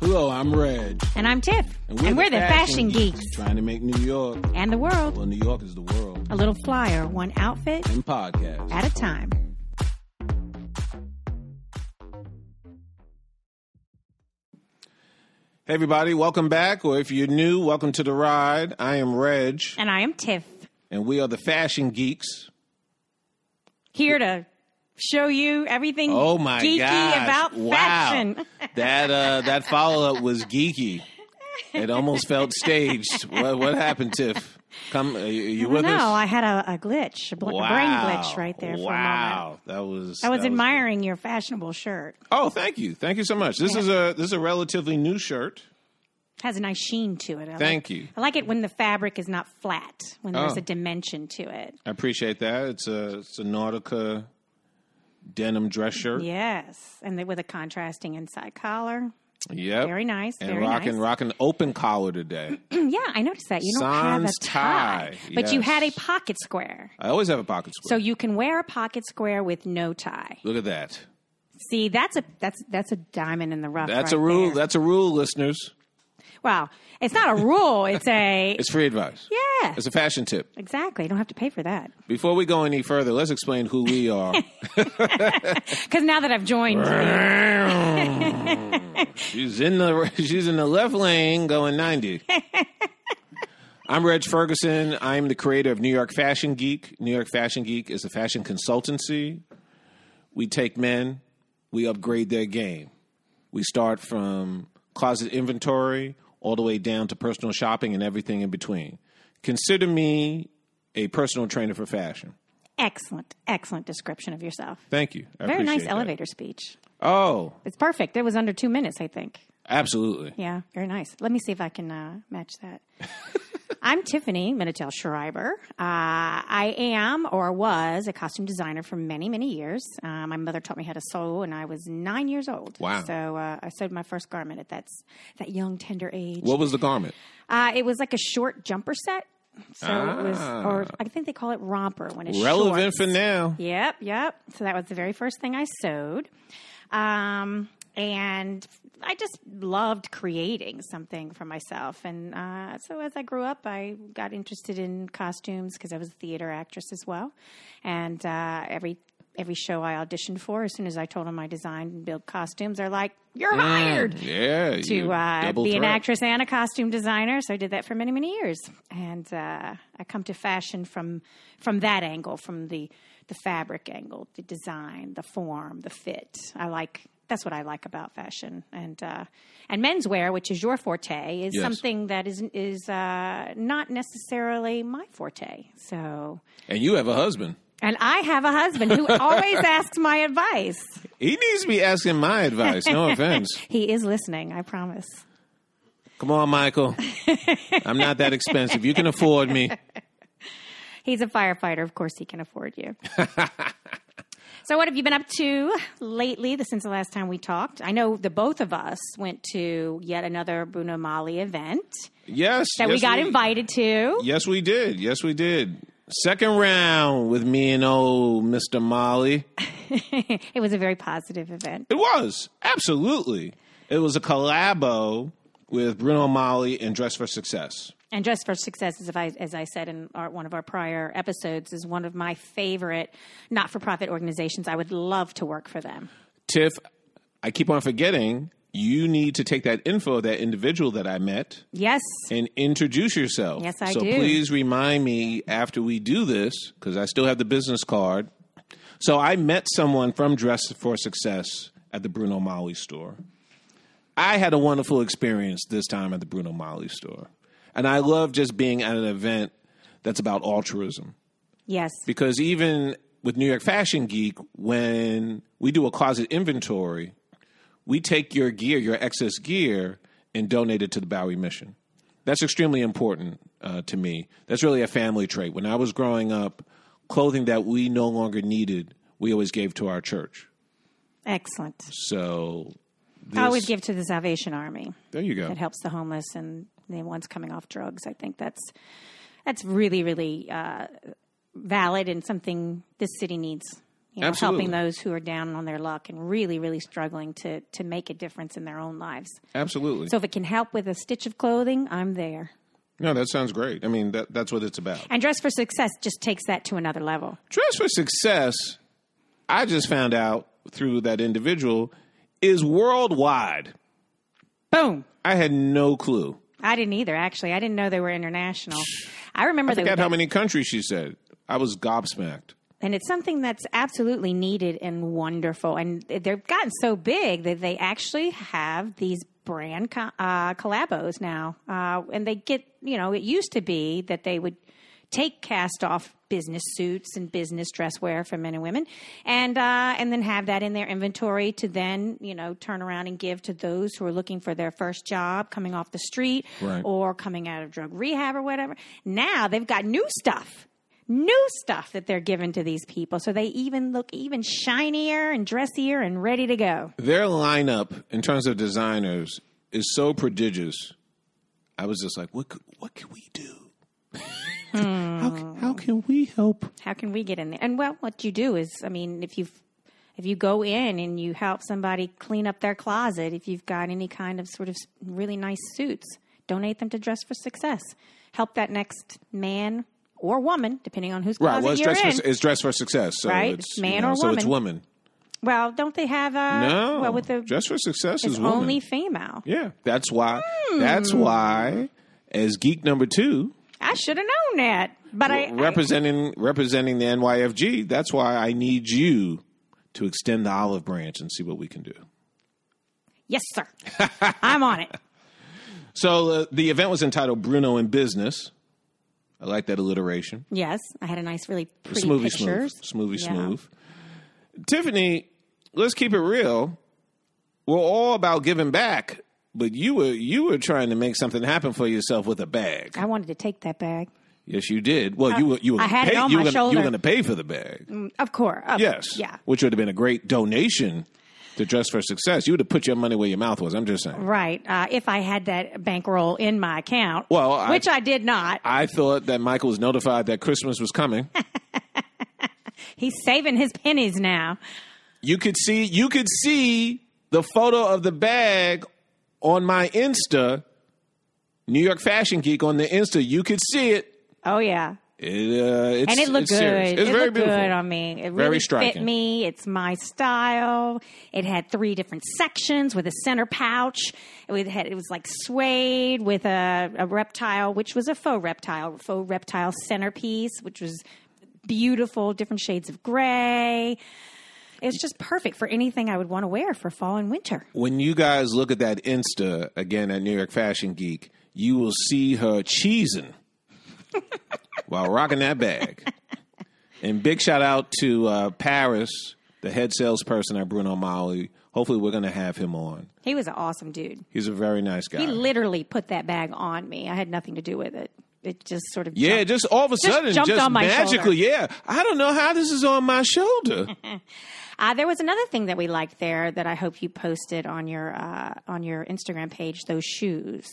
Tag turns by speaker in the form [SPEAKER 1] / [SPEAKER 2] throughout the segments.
[SPEAKER 1] Hello, I'm Reg.
[SPEAKER 2] And I'm Tiff. And we're, the, fashion, geeks.
[SPEAKER 1] Trying to make New York,
[SPEAKER 2] and the world
[SPEAKER 1] well, New York is the world,
[SPEAKER 2] a little flyer, one outfit
[SPEAKER 1] in podcast.
[SPEAKER 2] at a time.
[SPEAKER 1] Hey, everybody, welcome back. Or if you're new, welcome to the ride. I am Reg,
[SPEAKER 2] And I am Tiff,
[SPEAKER 1] and we are the fashion geeks.
[SPEAKER 2] here to show you everything
[SPEAKER 1] Oh my
[SPEAKER 2] geeky
[SPEAKER 1] gosh.
[SPEAKER 2] about
[SPEAKER 1] wow.
[SPEAKER 2] fashion.
[SPEAKER 1] That uh that follow up was geeky. It almost felt staged. What what happened, Tiff? Come are you, are you with
[SPEAKER 2] no,
[SPEAKER 1] us?
[SPEAKER 2] I had a, a glitch, a bl- a brain glitch right there for a moment.
[SPEAKER 1] Wow. That was
[SPEAKER 2] I was
[SPEAKER 1] that
[SPEAKER 2] admiring your fashionable shirt.
[SPEAKER 1] Oh, thank you. Thank you so much. This is a this is a relatively new shirt.
[SPEAKER 2] has a nice sheen to it. I
[SPEAKER 1] Thank
[SPEAKER 2] like,
[SPEAKER 1] you.
[SPEAKER 2] I like it when the fabric is not flat, when there's
[SPEAKER 1] Oh.
[SPEAKER 2] a dimension to it.
[SPEAKER 1] I appreciate that. It's a it's a Nautica denim dress shirt.
[SPEAKER 2] Yes, and the, with a contrasting inside collar.
[SPEAKER 1] Yep.
[SPEAKER 2] Very nice.
[SPEAKER 1] And
[SPEAKER 2] very
[SPEAKER 1] rocking
[SPEAKER 2] nice.
[SPEAKER 1] rocking open collar today.
[SPEAKER 2] Yeah, I noticed that. You don't have a
[SPEAKER 1] Sans
[SPEAKER 2] tie,
[SPEAKER 1] tie,
[SPEAKER 2] but you
[SPEAKER 1] yes.
[SPEAKER 2] had a pocket square.
[SPEAKER 1] I always have a pocket
[SPEAKER 2] So
[SPEAKER 1] square.
[SPEAKER 2] you can wear a pocket square with no tie.
[SPEAKER 1] Look at that.
[SPEAKER 2] See, that's a that's that's a diamond in the rough.
[SPEAKER 1] That's a
[SPEAKER 2] right
[SPEAKER 1] rule.
[SPEAKER 2] there.
[SPEAKER 1] That's a rule, listeners.
[SPEAKER 2] wow, it's not a rule. It's a
[SPEAKER 1] It's free advice.
[SPEAKER 2] yeah,
[SPEAKER 1] It's a fashion tip.
[SPEAKER 2] exactly. You don't have to pay for that
[SPEAKER 1] Before we go any further, let's explain who we are.
[SPEAKER 2] because now that I've joined,
[SPEAKER 1] she's in the she's in the left lane going 90. I'm Reg Ferguson. I'm the creator of New York Fashion Geek. New York Fashion Geek is a fashion consultancy. We take men, we upgrade their game. We start from closet inventory all the way down to personal shopping and everything in between. Consider me a personal trainer for fashion.
[SPEAKER 2] excellent, excellent description of yourself.
[SPEAKER 1] Thank you. I
[SPEAKER 2] Very nice
[SPEAKER 1] appreciate that.
[SPEAKER 2] elevator speech.
[SPEAKER 1] Oh,
[SPEAKER 2] It's perfect. It was under two minutes, I think.
[SPEAKER 1] absolutely.
[SPEAKER 2] Yeah, very nice. Let me see if I can uh, match that. I'm Tiffany Minitel Schreiber. Uh, I am or was a costume designer for many, many years. Uh, my mother taught me how to sew, and I was nine years old.
[SPEAKER 1] Wow.
[SPEAKER 2] So uh, I sewed my first garment at that s- that young, tender age.
[SPEAKER 1] What was the garment?
[SPEAKER 2] Uh, it was like a short jumper set. So it was,
[SPEAKER 1] Ah.
[SPEAKER 2] or I think they call it romper when it's
[SPEAKER 1] Relevant
[SPEAKER 2] shorts.
[SPEAKER 1] for now.
[SPEAKER 2] Yep, yep. So that was the very first thing I sewed. Um, and I just loved creating something for myself. And uh, so as I grew up, I got interested in costumes because I was a theater actress as well. And uh, every every show I auditioned for, as soon as I told them I designed and built costumes, they're like, "You're hired."
[SPEAKER 1] Yeah.
[SPEAKER 2] to
[SPEAKER 1] you
[SPEAKER 2] uh,
[SPEAKER 1] double
[SPEAKER 2] be an
[SPEAKER 1] threat.
[SPEAKER 2] actress and a costume designer. So I did that for many, many years, and uh, I come to fashion from from that angle, from the the fabric angle, the design, the form, the fit. I like that's what I like about fashion, and uh, and menswear, which is your forte, is
[SPEAKER 1] Yes.
[SPEAKER 2] something that is is uh, not necessarily my forte. So,
[SPEAKER 1] And you have a husband.
[SPEAKER 2] and I have a husband who always asks my advice.
[SPEAKER 1] He needs to be asking my advice. No offense.
[SPEAKER 2] He is listening, I promise.
[SPEAKER 1] Come on, Michael. I'm not that expensive. You can afford me.
[SPEAKER 2] He's a firefighter. Of course, he can afford you. so, what have you been up to lately the- since the last time we talked? I know the both of us went to yet another Bruno Mali event
[SPEAKER 1] Yes.
[SPEAKER 2] that we
[SPEAKER 1] yes,
[SPEAKER 2] got invited to.
[SPEAKER 1] Yes, we did. Yes, we did. Second round with me and old Mr. Molly.
[SPEAKER 2] It was a very positive event.
[SPEAKER 1] It was. Absolutely. It was a collabo with Bruno Molly and Dress for Success.
[SPEAKER 2] And Dress for Success, as, I, as I said in our, one of our prior episodes, is one of my favorite not for profit organizations. I would love to work for them.
[SPEAKER 1] Tiff, I keep on forgetting you need to take that info of that individual that I met
[SPEAKER 2] Yes.
[SPEAKER 1] and introduce yourself.
[SPEAKER 2] Yes, I
[SPEAKER 1] so
[SPEAKER 2] do.
[SPEAKER 1] please remind me after we do this because I still have the business card. So I met someone from Dress for Success at the Bruno Mali store. I had a wonderful experience this time at the Bruno Mali store. And I love just being at an event that's about altruism
[SPEAKER 2] Yes.
[SPEAKER 1] because even with New York Fashion Geek, when we do a closet inventory, we take your gear, your excess gear, and donate it to the Bowie Mission. That's extremely important uh, to me. That's really a family trait. When I was growing up, clothing that we no longer needed, we always gave to our church.
[SPEAKER 2] Excellent.
[SPEAKER 1] So, this,
[SPEAKER 2] I always give to the Salvation Army.
[SPEAKER 1] there you go.
[SPEAKER 2] It helps the homeless and the ones coming off drugs. I think that's that's really really uh, valid and something this city needs you know,
[SPEAKER 1] Absolutely.
[SPEAKER 2] helping those who are down on their luck and really, really struggling to to make a difference in their own lives.
[SPEAKER 1] Absolutely.
[SPEAKER 2] So if it can help with a stitch of clothing, I'm there.
[SPEAKER 1] no, that sounds great. I mean, that, that's what it's about.
[SPEAKER 2] And Dress for Success just takes that to another level.
[SPEAKER 1] Dress for Success, I just found out through that individual, is worldwide.
[SPEAKER 2] Boom.
[SPEAKER 1] I had no clue.
[SPEAKER 2] I didn't either. Actually, I didn't know they were international. I remember they
[SPEAKER 1] Forgot
[SPEAKER 2] were
[SPEAKER 1] how many countries she said. I was gobsmacked.
[SPEAKER 2] and it's something that's absolutely needed and wonderful. And they've gotten so big that they actually have these brand co- uh, collabos now, uh, and they get you know it used to be that they would take cast off business suits and business dress wear for men and women and uh, and then have that in their inventory to then you know turn around and give to those who are looking for their first job coming off the street
[SPEAKER 1] Right.
[SPEAKER 2] or coming out of drug rehab or whatever now they've got new stuff new stuff that they're given to these people. So they even look even shinier and dressier and ready to go.
[SPEAKER 1] Their lineup, in terms of designers, is so prodigious. I was just like, what could, what can we do? how, can-
[SPEAKER 2] Hmm.
[SPEAKER 1] how can we help?
[SPEAKER 2] How can we get in there? And well, what you do is, I mean, if you if you go in and you help somebody clean up their closet, if you've got any kind of sort of really nice suits, donate them to Dress for Success. Help that next man or woman, depending on whose
[SPEAKER 1] Right.
[SPEAKER 2] closet
[SPEAKER 1] Well, it's
[SPEAKER 2] you're
[SPEAKER 1] dress,
[SPEAKER 2] in.
[SPEAKER 1] for, it's dress for success. So
[SPEAKER 2] Right,
[SPEAKER 1] It's,
[SPEAKER 2] man
[SPEAKER 1] you know,
[SPEAKER 2] or
[SPEAKER 1] So it's woman.
[SPEAKER 2] well, don't they have uh
[SPEAKER 1] No.
[SPEAKER 2] well with the
[SPEAKER 1] dress for success
[SPEAKER 2] it's
[SPEAKER 1] is woman.
[SPEAKER 2] only Hmm. female?
[SPEAKER 1] yeah. That's why. That's why, as geek number two,
[SPEAKER 2] I should have known that, but I, I
[SPEAKER 1] representing representing the NYFG, that's why I need you to extend the olive branch and see what we can do.
[SPEAKER 2] yes, sir, I'm on it.
[SPEAKER 1] So uh, the event was entitled Bruno in Business. I like that alliteration.
[SPEAKER 2] Yes, I had a nice, really pretty
[SPEAKER 1] Smoothie
[SPEAKER 2] pictures.
[SPEAKER 1] smooth. Smoothie
[SPEAKER 2] Yeah.
[SPEAKER 1] smooth. Tiffany, let's keep it real. We're all about giving back, but you were you were trying to make something happen for yourself with a bag.
[SPEAKER 2] I wanted to take that bag.
[SPEAKER 1] Yes, you did. Well, you were you were
[SPEAKER 2] I had it
[SPEAKER 1] pay-
[SPEAKER 2] on
[SPEAKER 1] you were
[SPEAKER 2] my
[SPEAKER 1] gonna, you were
[SPEAKER 2] shoulder.
[SPEAKER 1] going to pay for the bag.
[SPEAKER 2] Of course. Of-
[SPEAKER 1] Yes.
[SPEAKER 2] Yeah.
[SPEAKER 1] Which would have been a great donation to Dress for Success. You would have put your money where your mouth was. I'm just saying.
[SPEAKER 2] Right. Uh, if I had that bankroll in my account,
[SPEAKER 1] Well, I-
[SPEAKER 2] which I did not.
[SPEAKER 1] I thought that Michael was notified that Christmas was coming.
[SPEAKER 2] He's saving his pennies now.
[SPEAKER 1] you could see you could see the photo of the bag on my Insta, New York Fashion Geek on the Insta. You could see it.
[SPEAKER 2] Oh yeah.
[SPEAKER 1] It, uh, it's,
[SPEAKER 2] And it looked
[SPEAKER 1] it's
[SPEAKER 2] good.
[SPEAKER 1] serious. It's
[SPEAKER 2] it
[SPEAKER 1] very
[SPEAKER 2] looked
[SPEAKER 1] beautiful.
[SPEAKER 2] good on me. It really
[SPEAKER 1] striking.
[SPEAKER 2] fit me. It's my style. It had three different sections with a center pouch. It would- had it was like suede with a, a reptile, which was a faux reptile, faux reptile centerpiece, which was beautiful, different shades of gray. It's just perfect for anything I would want to wear for fall and winter.
[SPEAKER 1] When you guys look at that Insta again at New York Fashion Geek, you will see her cheesing while rocking that bag. And big shout out to uh, Paris, the head salesperson at Bruno Mali. Hopefully, we're going to have him on.
[SPEAKER 2] He was an awesome dude.
[SPEAKER 1] He's a very nice guy.
[SPEAKER 2] He literally put that bag on me. I had nothing to do with it. It just sort of
[SPEAKER 1] Yeah,
[SPEAKER 2] jumped
[SPEAKER 1] just all of a sudden, just,
[SPEAKER 2] jumped on my
[SPEAKER 1] magically. Yeah, I don't know how this is on my shoulder.
[SPEAKER 2] Uh, there was another thing that we liked there that I hope you posted on your uh, on your Instagram page. Those shoes,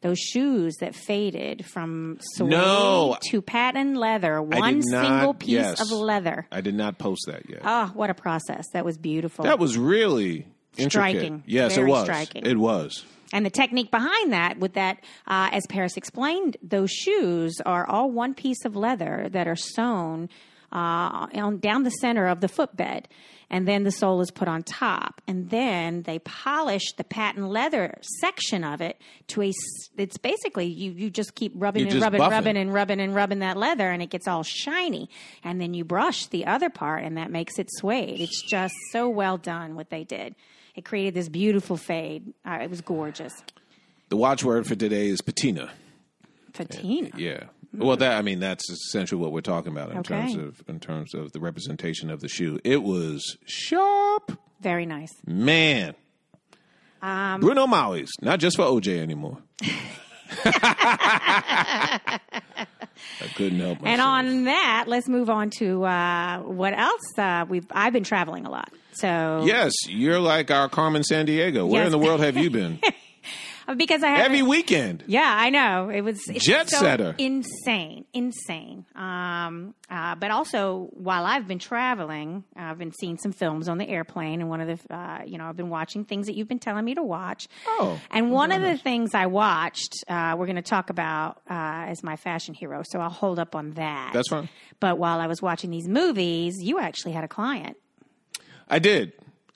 [SPEAKER 2] those shoes that faded from suede
[SPEAKER 1] No.
[SPEAKER 2] to patent leather,
[SPEAKER 1] did
[SPEAKER 2] one
[SPEAKER 1] not-
[SPEAKER 2] single piece
[SPEAKER 1] yes.
[SPEAKER 2] of leather.
[SPEAKER 1] I did not post that yet.
[SPEAKER 2] Oh, what a process! That was beautiful.
[SPEAKER 1] that was really intricate.
[SPEAKER 2] Striking.
[SPEAKER 1] Yes,
[SPEAKER 2] Very
[SPEAKER 1] it was.
[SPEAKER 2] striking.
[SPEAKER 1] It was.
[SPEAKER 2] and the technique behind that, with that, uh, as Paris explained, those shoes are all one piece of leather that are sewn uh, on, down the center of the footbed, and then the sole is put on top, and then they polish the patent leather section of it to a. s- It's basically you you just keep rubbing
[SPEAKER 1] You
[SPEAKER 2] and
[SPEAKER 1] just
[SPEAKER 2] rubbing,
[SPEAKER 1] buff it.
[SPEAKER 2] rubbing and rubbing and rubbing that leather, and it gets all shiny, and then you brush the other part, and that makes it suede. It's just so well done what they did. It created this beautiful fade. Uh, it was gorgeous.
[SPEAKER 1] The watchword for today is patina.
[SPEAKER 2] Patina.
[SPEAKER 1] Yeah. Well, that I mean, that's essentially what we're talking about in
[SPEAKER 2] Mm-hmm. Okay.
[SPEAKER 1] terms of in terms of the representation of the shoe. It was sharp,
[SPEAKER 2] Very nice.
[SPEAKER 1] Mm-hmm. man.
[SPEAKER 2] Um,
[SPEAKER 1] Bruno Maui's not just for OJ anymore. I couldn't help myself.
[SPEAKER 2] And on that, let's move on to uh, what else uh, we've. I've been traveling a lot, so
[SPEAKER 1] Yes, you're like our Carmen San Diego. Where in
[SPEAKER 2] Yes.
[SPEAKER 1] the world have you been?
[SPEAKER 2] because I have
[SPEAKER 1] Every weekend.
[SPEAKER 2] yeah, I know. It was it's
[SPEAKER 1] Jet
[SPEAKER 2] so
[SPEAKER 1] setter.
[SPEAKER 2] Insane, insane. Um, uh, but also, while I've been traveling, I've been seeing some films on the airplane, and one of the, uh, you know, I've been watching things that you've been telling me to watch.
[SPEAKER 1] Oh,
[SPEAKER 2] and one of the things I watched, uh, we're going to talk about uh, as my fashion hero, so I'll hold up on that.
[SPEAKER 1] That's fine.
[SPEAKER 2] But while I was watching these movies, you actually had a client.
[SPEAKER 1] I did.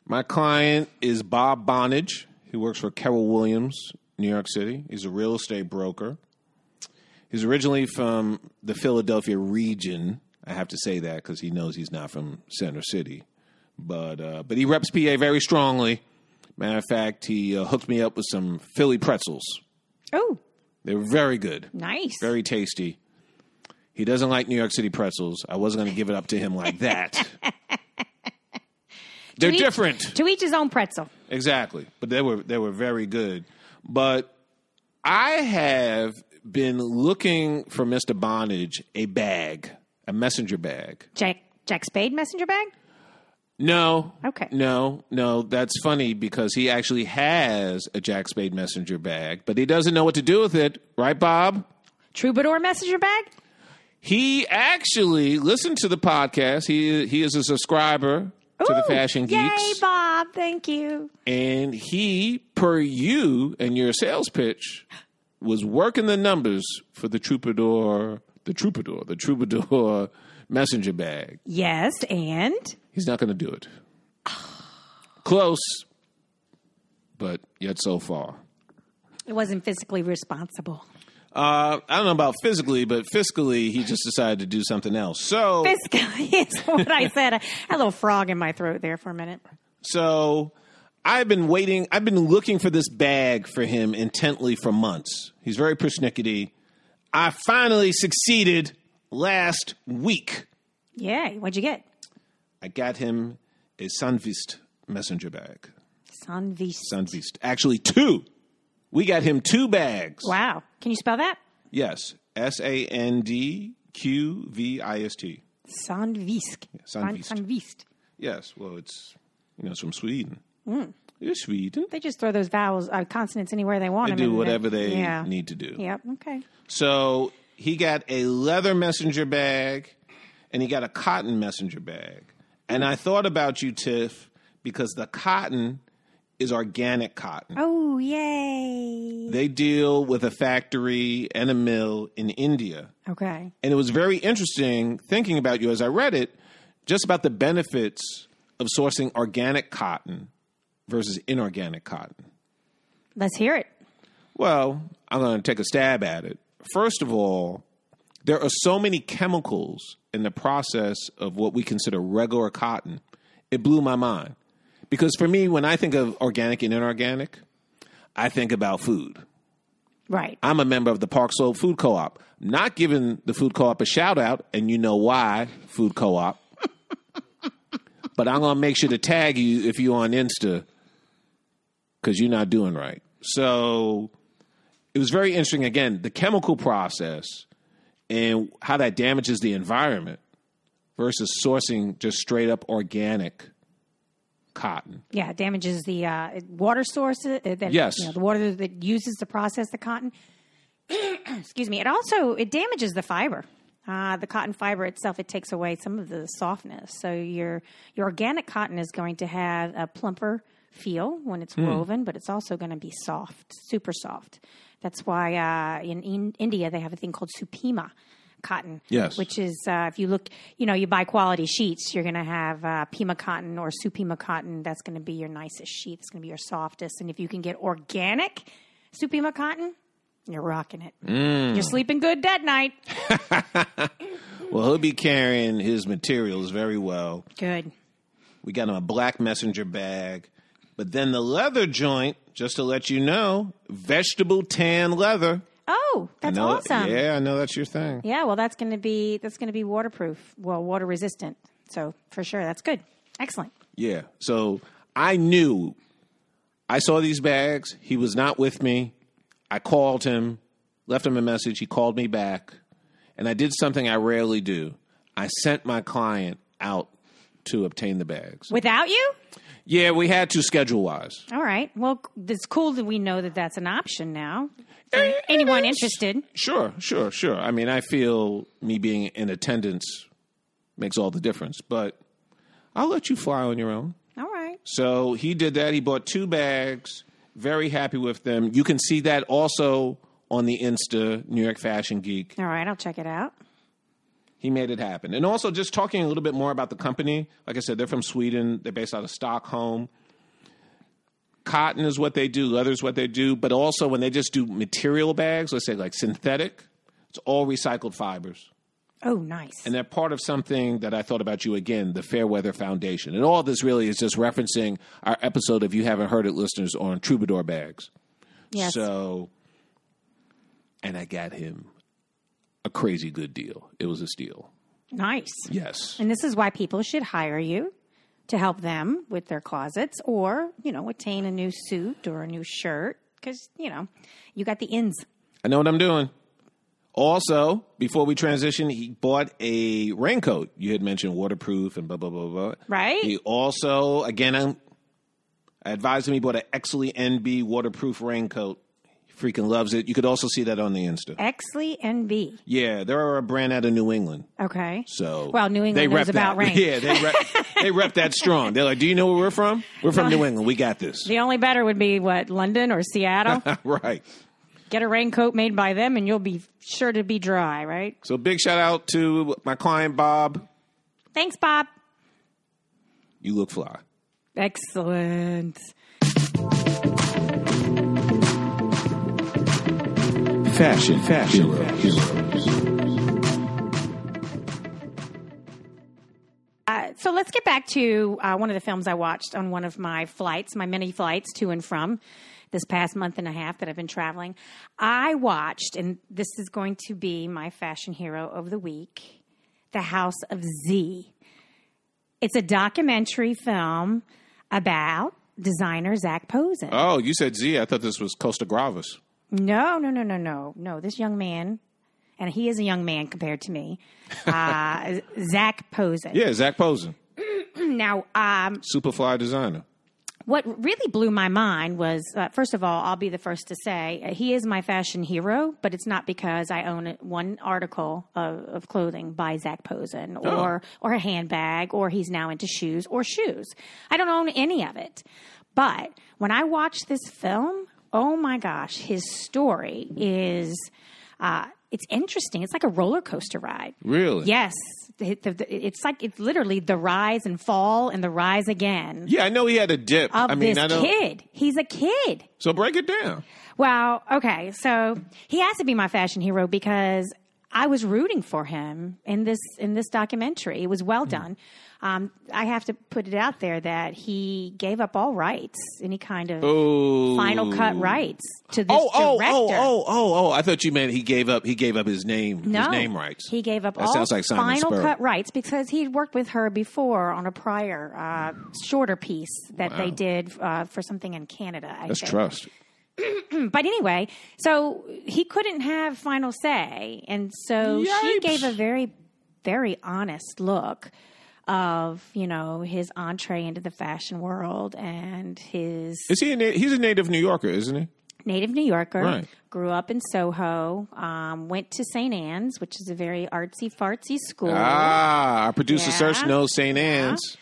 [SPEAKER 1] My client is Bob Bonnage. He works for Carol Williams, New York City. He's a real estate broker. He's originally from the Philadelphia region. I have to say that because he knows he's not from Center City, but uh, but he reps PA very strongly. Matter of fact, he uh, hooked me up with some Philly pretzels.
[SPEAKER 2] Oh,
[SPEAKER 1] They were very good,
[SPEAKER 2] nice.
[SPEAKER 1] very tasty. He doesn't like New York City pretzels. I wasn't going to give it up to him like that. They're
[SPEAKER 2] each-
[SPEAKER 1] different.
[SPEAKER 2] to each his own pretzel.
[SPEAKER 1] Exactly. But they were they were very good. But I have been looking for Mr. Bondage a bag, a messenger bag.
[SPEAKER 2] Jack Jack Spade messenger bag.
[SPEAKER 1] No.
[SPEAKER 2] Okay.
[SPEAKER 1] No, no, that's funny because he actually has a Jack Spade messenger bag, but he doesn't know what to do with it, right, Bob?
[SPEAKER 2] Troubadour messenger bag?
[SPEAKER 1] He actually listened to the podcast. He he is a subscriber to the
[SPEAKER 2] Ooh,
[SPEAKER 1] Fashion Geeks.
[SPEAKER 2] Yay, Bob. Thank you.
[SPEAKER 1] and he, per you and your sales pitch, was working the numbers for the troubadour, the troubadour, the troubadour messenger bag.
[SPEAKER 2] Yes, and
[SPEAKER 1] He's not going to do it. Close, but yet so far.
[SPEAKER 2] it wasn't physically responsible.
[SPEAKER 1] Uh, I don't know about physically, but fiscally, he just decided to do something else. So,
[SPEAKER 2] Physically is what I said. I had a little frog in my throat there for a minute.
[SPEAKER 1] so I've been waiting. I've been looking for this bag for him intently for months. He's very persnickety. I finally succeeded last week.
[SPEAKER 2] Yay. What'd you get?
[SPEAKER 1] I got him a Sunvist messenger bag.
[SPEAKER 2] San Vis.
[SPEAKER 1] Sunvist. Actually, two. We got him two bags.
[SPEAKER 2] Wow. Can you spell that?
[SPEAKER 1] Yes. S A N D Q V I S T.
[SPEAKER 2] San Visk. San
[SPEAKER 1] Sandvist.
[SPEAKER 2] San Vist.
[SPEAKER 1] Yes. Well, it's, you know, it's from Sweden. It's Sweden.
[SPEAKER 2] They just throw those vowels, uh, consonants anywhere they want
[SPEAKER 1] They
[SPEAKER 2] them.
[SPEAKER 1] do
[SPEAKER 2] and
[SPEAKER 1] whatever they
[SPEAKER 2] yeah.
[SPEAKER 1] need to do.
[SPEAKER 2] Yep. Okay.
[SPEAKER 1] So he got a leather messenger bag and he got a cotton messenger bag. And I thought about you, Tiff, because the cotton is organic cotton.
[SPEAKER 2] Oh, yay.
[SPEAKER 1] They deal with a factory and a mill in India.
[SPEAKER 2] Okay.
[SPEAKER 1] And it was very interesting thinking about you as I read it, just about the benefits of sourcing organic cotton versus inorganic cotton.
[SPEAKER 2] Let's hear it.
[SPEAKER 1] Well, I'm going to take a stab at it. First of all, there are so many chemicals in the process of what we consider regular cotton. It blew my mind. Because for me, when I think of organic and inorganic, I think about food.
[SPEAKER 2] Right.
[SPEAKER 1] I'm a member of the Park Slope Food Co op. Not giving the food co op a shout out, and you know why, food co op. but I'm going to make sure to tag you if you're on Insta because you're not doing right. So it was very interesting. Again, the chemical process and how that damages the environment versus sourcing just straight up organic cotton.
[SPEAKER 2] Yeah, it damages the uh, water source. Uh, that,
[SPEAKER 1] Yes.
[SPEAKER 2] you know, the water that uses to process the cotton. Excuse me. It also it damages the fiber. Uh, the cotton fiber itself it takes away some of the softness. So your your organic cotton is going to have a plumper feel when it's woven, but it's also going to be soft, super soft. That's why uh, in, in India they have a thing called supima cotton,
[SPEAKER 1] Yes.
[SPEAKER 2] which is uh, if you look, you know, you buy quality sheets, you're going to have uh, Pima cotton or Supima cotton. That's going to be your nicest sheet. It's going to be your softest. And if you can get organic Supima cotton, you're rocking it. You're sleeping good that night.
[SPEAKER 1] Well, he'll be carrying his materials very well.
[SPEAKER 2] Good.
[SPEAKER 1] We got him a black messenger bag. But then the leather joint, just to let you know, vegetable tan leather.
[SPEAKER 2] Oh, that's
[SPEAKER 1] No-
[SPEAKER 2] awesome. Yeah.
[SPEAKER 1] Yeah, I know that's your thing.
[SPEAKER 2] well, that's going to be that's going to be waterproof. Well, water resistant. So for sure, that's good. Excellent.
[SPEAKER 1] Yeah. So I knew I saw these bags. He was not with me. I called him, left him a message. He called me back. And I did something I rarely do I sent my client out to obtain the bags.
[SPEAKER 2] Without you,
[SPEAKER 1] Yeah, we had to schedule wise.
[SPEAKER 2] All right. Well, c- it's cool that we know that that's an option now. Anyone interested?
[SPEAKER 1] Sure, sure, sure. I mean, I feel me being in attendance makes all the difference, but I'll let you fly on your own.
[SPEAKER 2] All right.
[SPEAKER 1] So he did that. He bought two bags. Very happy with them. You can see that also on the Insta, New York Fashion Geek.
[SPEAKER 2] All right. I'll check it out.
[SPEAKER 1] He made it happen. And also, just talking a little bit more about the company. Like I said, they're from Sweden. They're based out of Stockholm. Cotton is what they do. Leather is what they do. But also, when they just do material bags, let's say like synthetic, it's all recycled fibers.
[SPEAKER 2] Oh, nice.
[SPEAKER 1] And they're part of something that I thought about you again, the Fairweather Foundation. And all this really is just referencing our episode, if you haven't heard it, listeners, on troubadour bags.
[SPEAKER 2] yes.
[SPEAKER 1] So, and I got him a crazy good deal. It was a steal.
[SPEAKER 2] nice.
[SPEAKER 1] Yes.
[SPEAKER 2] And this is why people should hire you to help them with their closets or, you know, attain a new suit or a new shirt because, you know, you got the ins.
[SPEAKER 1] I know what I'm doing. Also, before we transition, he bought a raincoat. You had mentioned waterproof and blah blah blah blah.
[SPEAKER 2] Right.
[SPEAKER 1] He also, again, I'm, I advised him he bought an Exley NB waterproof raincoat. He freaking loves it. You could also see that on the Insta.
[SPEAKER 2] Exley NB.
[SPEAKER 1] Yeah, they're a brand out of New England,
[SPEAKER 2] Okay.
[SPEAKER 1] so
[SPEAKER 2] Well, New England
[SPEAKER 1] they
[SPEAKER 2] knows
[SPEAKER 1] rep
[SPEAKER 2] about
[SPEAKER 1] that.
[SPEAKER 2] rain.
[SPEAKER 1] Yeah, they rep, they rep that strong. They're like, do you know where we're from? We're from New England. We got this.
[SPEAKER 2] The only better would be what, London or Seattle?
[SPEAKER 1] right.
[SPEAKER 2] Get a raincoat made by them and you'll be sure to be dry, right?
[SPEAKER 1] So big shout out to my client Bob.
[SPEAKER 2] Thanks, Bob.
[SPEAKER 1] You look fly.
[SPEAKER 2] Excellent.
[SPEAKER 1] Fashion, fashion,
[SPEAKER 2] Uh, So let's get back to uh, one of the films I watched on one of my flights, my many flights to and from this past month and a half that I've been traveling. I watched, and this is going to be my fashion hero of the week The House of Z. It's a documentary film about designer Zach Posen.
[SPEAKER 1] Oh, you said Z. I thought this was Costa Gravis.
[SPEAKER 2] No, no, no, no, no, no. This young man, and he is a young man compared to me, uh, Zach Posen.
[SPEAKER 1] Yeah, Zach Posen,
[SPEAKER 2] Now, um,
[SPEAKER 1] Superfly designer.
[SPEAKER 2] what really blew my mind was uh, first of all i'll be the first to say uh, he is my fashion hero but it's not because i own it- one article of, of clothing by zach posen or or a handbag or he's now into shoes or shoes i don't own any of it but when i watched this film oh my gosh his story is uh, it's interesting it's like a roller coaster ride
[SPEAKER 1] Really?
[SPEAKER 2] yes The- the- the- it's like it's literally the rise and fall and the rise again
[SPEAKER 1] Yeah, I know he had a dip.
[SPEAKER 2] of
[SPEAKER 1] I mean,
[SPEAKER 2] this
[SPEAKER 1] I don't.
[SPEAKER 2] kid. He's a kid.
[SPEAKER 1] So break it down.
[SPEAKER 2] Wow. Okay. So he has to be my fashion hero because I was rooting for him in this in this documentary. It was
[SPEAKER 1] Hmm.
[SPEAKER 2] well done. Um, I have to put it out there that he gave up all rights, any kind of
[SPEAKER 1] Oh.
[SPEAKER 2] final cut rights to this
[SPEAKER 1] Oh, oh,
[SPEAKER 2] director.
[SPEAKER 1] oh, oh, oh, oh! I thought you meant he gave up. He gave up his name.
[SPEAKER 2] No.
[SPEAKER 1] His name rights.
[SPEAKER 2] He gave up
[SPEAKER 1] That
[SPEAKER 2] all
[SPEAKER 1] sounds like Simon
[SPEAKER 2] final
[SPEAKER 1] Spurr.
[SPEAKER 2] cut rights because he'd worked with her before on a prior uh, shorter piece that they did uh, for something in Canada. I
[SPEAKER 1] That's
[SPEAKER 2] think.
[SPEAKER 1] trust.
[SPEAKER 2] But anyway, so he couldn't have final say. And so she
[SPEAKER 1] Yipes.
[SPEAKER 2] gave a very, very honest look of, you know, his entree into the fashion world and his
[SPEAKER 1] Is he? A, na- he's a native New Yorker, isn't he?
[SPEAKER 2] native New Yorker.
[SPEAKER 1] Right.
[SPEAKER 2] Grew up in Soho, um, went to St. Anne's, which is a very artsy fartsy school.
[SPEAKER 1] Ah, our producer
[SPEAKER 2] Yeah.
[SPEAKER 1] search knows St. Anne's.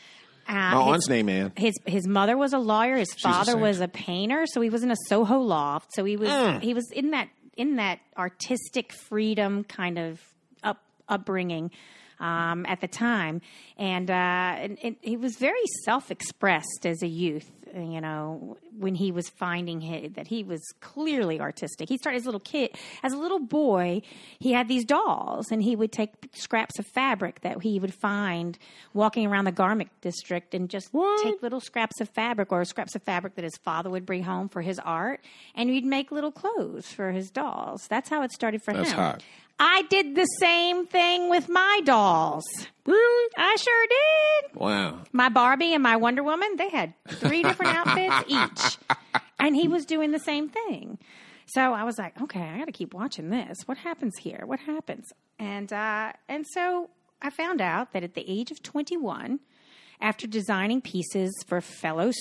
[SPEAKER 2] Uh,
[SPEAKER 1] My
[SPEAKER 2] his-
[SPEAKER 1] aunt's name Anne.
[SPEAKER 2] his his mother was a lawyer. His
[SPEAKER 1] a
[SPEAKER 2] father
[SPEAKER 1] saint. Mm.
[SPEAKER 2] was a painter, so he was in a Soho loft. So he was he was in that in that artistic freedom kind of up upbringing um, at the time, and, uh, and, and he was very self expressed as a youth. You know, when he was finding hi that he was clearly artistic, he started as a little kid, as a little boy. He had these dolls, and he would take scraps of fabric that he would find walking around the garment district and just take little scraps of fabric or scraps of fabric that his father would bring home for his art, and he'd make little clothes for his dolls. That's how it started for
[SPEAKER 1] That's
[SPEAKER 2] him.
[SPEAKER 1] hot.
[SPEAKER 2] I did the same thing with my dolls.
[SPEAKER 1] Really?
[SPEAKER 2] I sure did
[SPEAKER 1] Wow.
[SPEAKER 2] my Barbie and my Wonder Woman, they had three different outfits each. And he was doing the same thing. So I was like, okay, I got to keep watching this. What happens here? What happens? And uh, and so I found out that at the age of 21, after designing pieces for fellow s-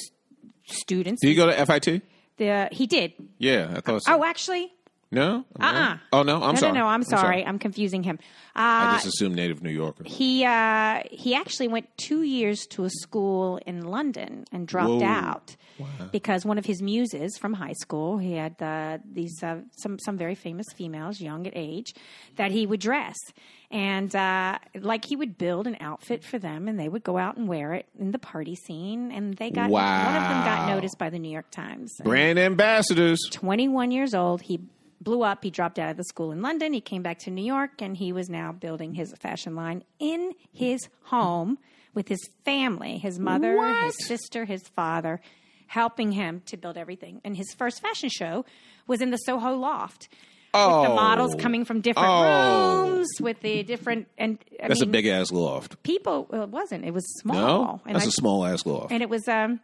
[SPEAKER 2] students.
[SPEAKER 1] Do you go to FIT?
[SPEAKER 2] the, he did.
[SPEAKER 1] Yeah, I thought so.
[SPEAKER 2] Oh, actually,
[SPEAKER 1] no?
[SPEAKER 2] Uh-uh.
[SPEAKER 1] Oh, no? I'm
[SPEAKER 2] no,
[SPEAKER 1] sorry.
[SPEAKER 2] no, no. I'm sorry. I'm, confusing him.
[SPEAKER 1] I
[SPEAKER 2] Uh,
[SPEAKER 1] just assumed native New Yorker.
[SPEAKER 2] he uh, he actually went two years to a school in London and dropped
[SPEAKER 1] Whoa.
[SPEAKER 2] out because one of his muses from high school he had uh, these uh, some some very famous females young at age that he would dress and uh, like he would build an outfit for them and they would go out and wear it in the party scene and they got one of them got
[SPEAKER 1] Wow.
[SPEAKER 2] noticed by the New York Times. And
[SPEAKER 1] Brand ambassadors.
[SPEAKER 2] 21 years old. He blew up. He dropped out of the school in London. He came back to New York and he was now building his fashion line in his home with his family his mother, his sister, his father, helping him to build everything. And his first fashion show was in the Soho Loft. With the
[SPEAKER 1] Oh.
[SPEAKER 2] models coming from different
[SPEAKER 1] Oh.
[SPEAKER 2] rooms, with the different and I
[SPEAKER 1] That's
[SPEAKER 2] mean,
[SPEAKER 1] a big ass loft.
[SPEAKER 2] people. Well, it wasn't. It was
[SPEAKER 1] No?
[SPEAKER 2] small. Oh, and
[SPEAKER 1] That's
[SPEAKER 2] I
[SPEAKER 1] a small ass loft.
[SPEAKER 2] and it was um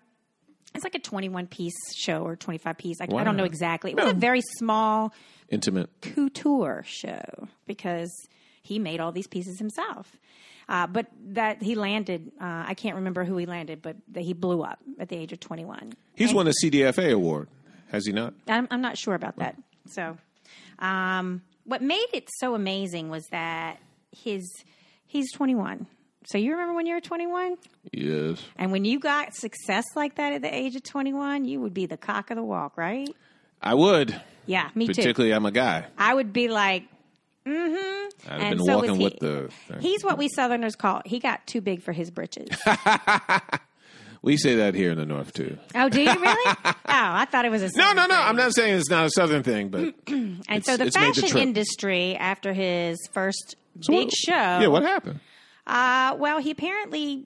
[SPEAKER 2] it's like a 21 piece show or 25 piece I, I
[SPEAKER 1] Wow.
[SPEAKER 2] don't know exactly it was a very small
[SPEAKER 1] Intimate.
[SPEAKER 2] couture show because he made all these pieces himself uh, but that he landed uh, i can't remember who he landed but that he blew up at the age of 21
[SPEAKER 1] He's won a CDFA award, has he not?
[SPEAKER 2] I'm, I'm not sure about that. So, um, what made it so amazing was that his he's 21. So you remember when you were 21,
[SPEAKER 1] Yes.
[SPEAKER 2] and when you got success like that at the age of 21, you would be the cock of the walk, right?
[SPEAKER 1] I would.
[SPEAKER 2] Yeah, me too.
[SPEAKER 1] Particularly, I'm a guy.
[SPEAKER 2] I would be like,
[SPEAKER 1] I've
[SPEAKER 2] And
[SPEAKER 1] been
[SPEAKER 2] so was
[SPEAKER 1] walking
[SPEAKER 2] he.
[SPEAKER 1] with the.
[SPEAKER 2] he's what we Southerners call he got too big for his britches.
[SPEAKER 1] We say that here in the North, too.
[SPEAKER 2] oh, do you really? Oh, I thought it was a
[SPEAKER 1] No, no, no. I'm not saying it's not a Southern thing, but.
[SPEAKER 2] Mm, And so
[SPEAKER 1] It's-
[SPEAKER 2] the
[SPEAKER 1] it's made the
[SPEAKER 2] fashion
[SPEAKER 1] trip.
[SPEAKER 2] industry after his first
[SPEAKER 1] So
[SPEAKER 2] big
[SPEAKER 1] what-
[SPEAKER 2] show,
[SPEAKER 1] Yeah, what happened?
[SPEAKER 2] Uh, well, he apparently.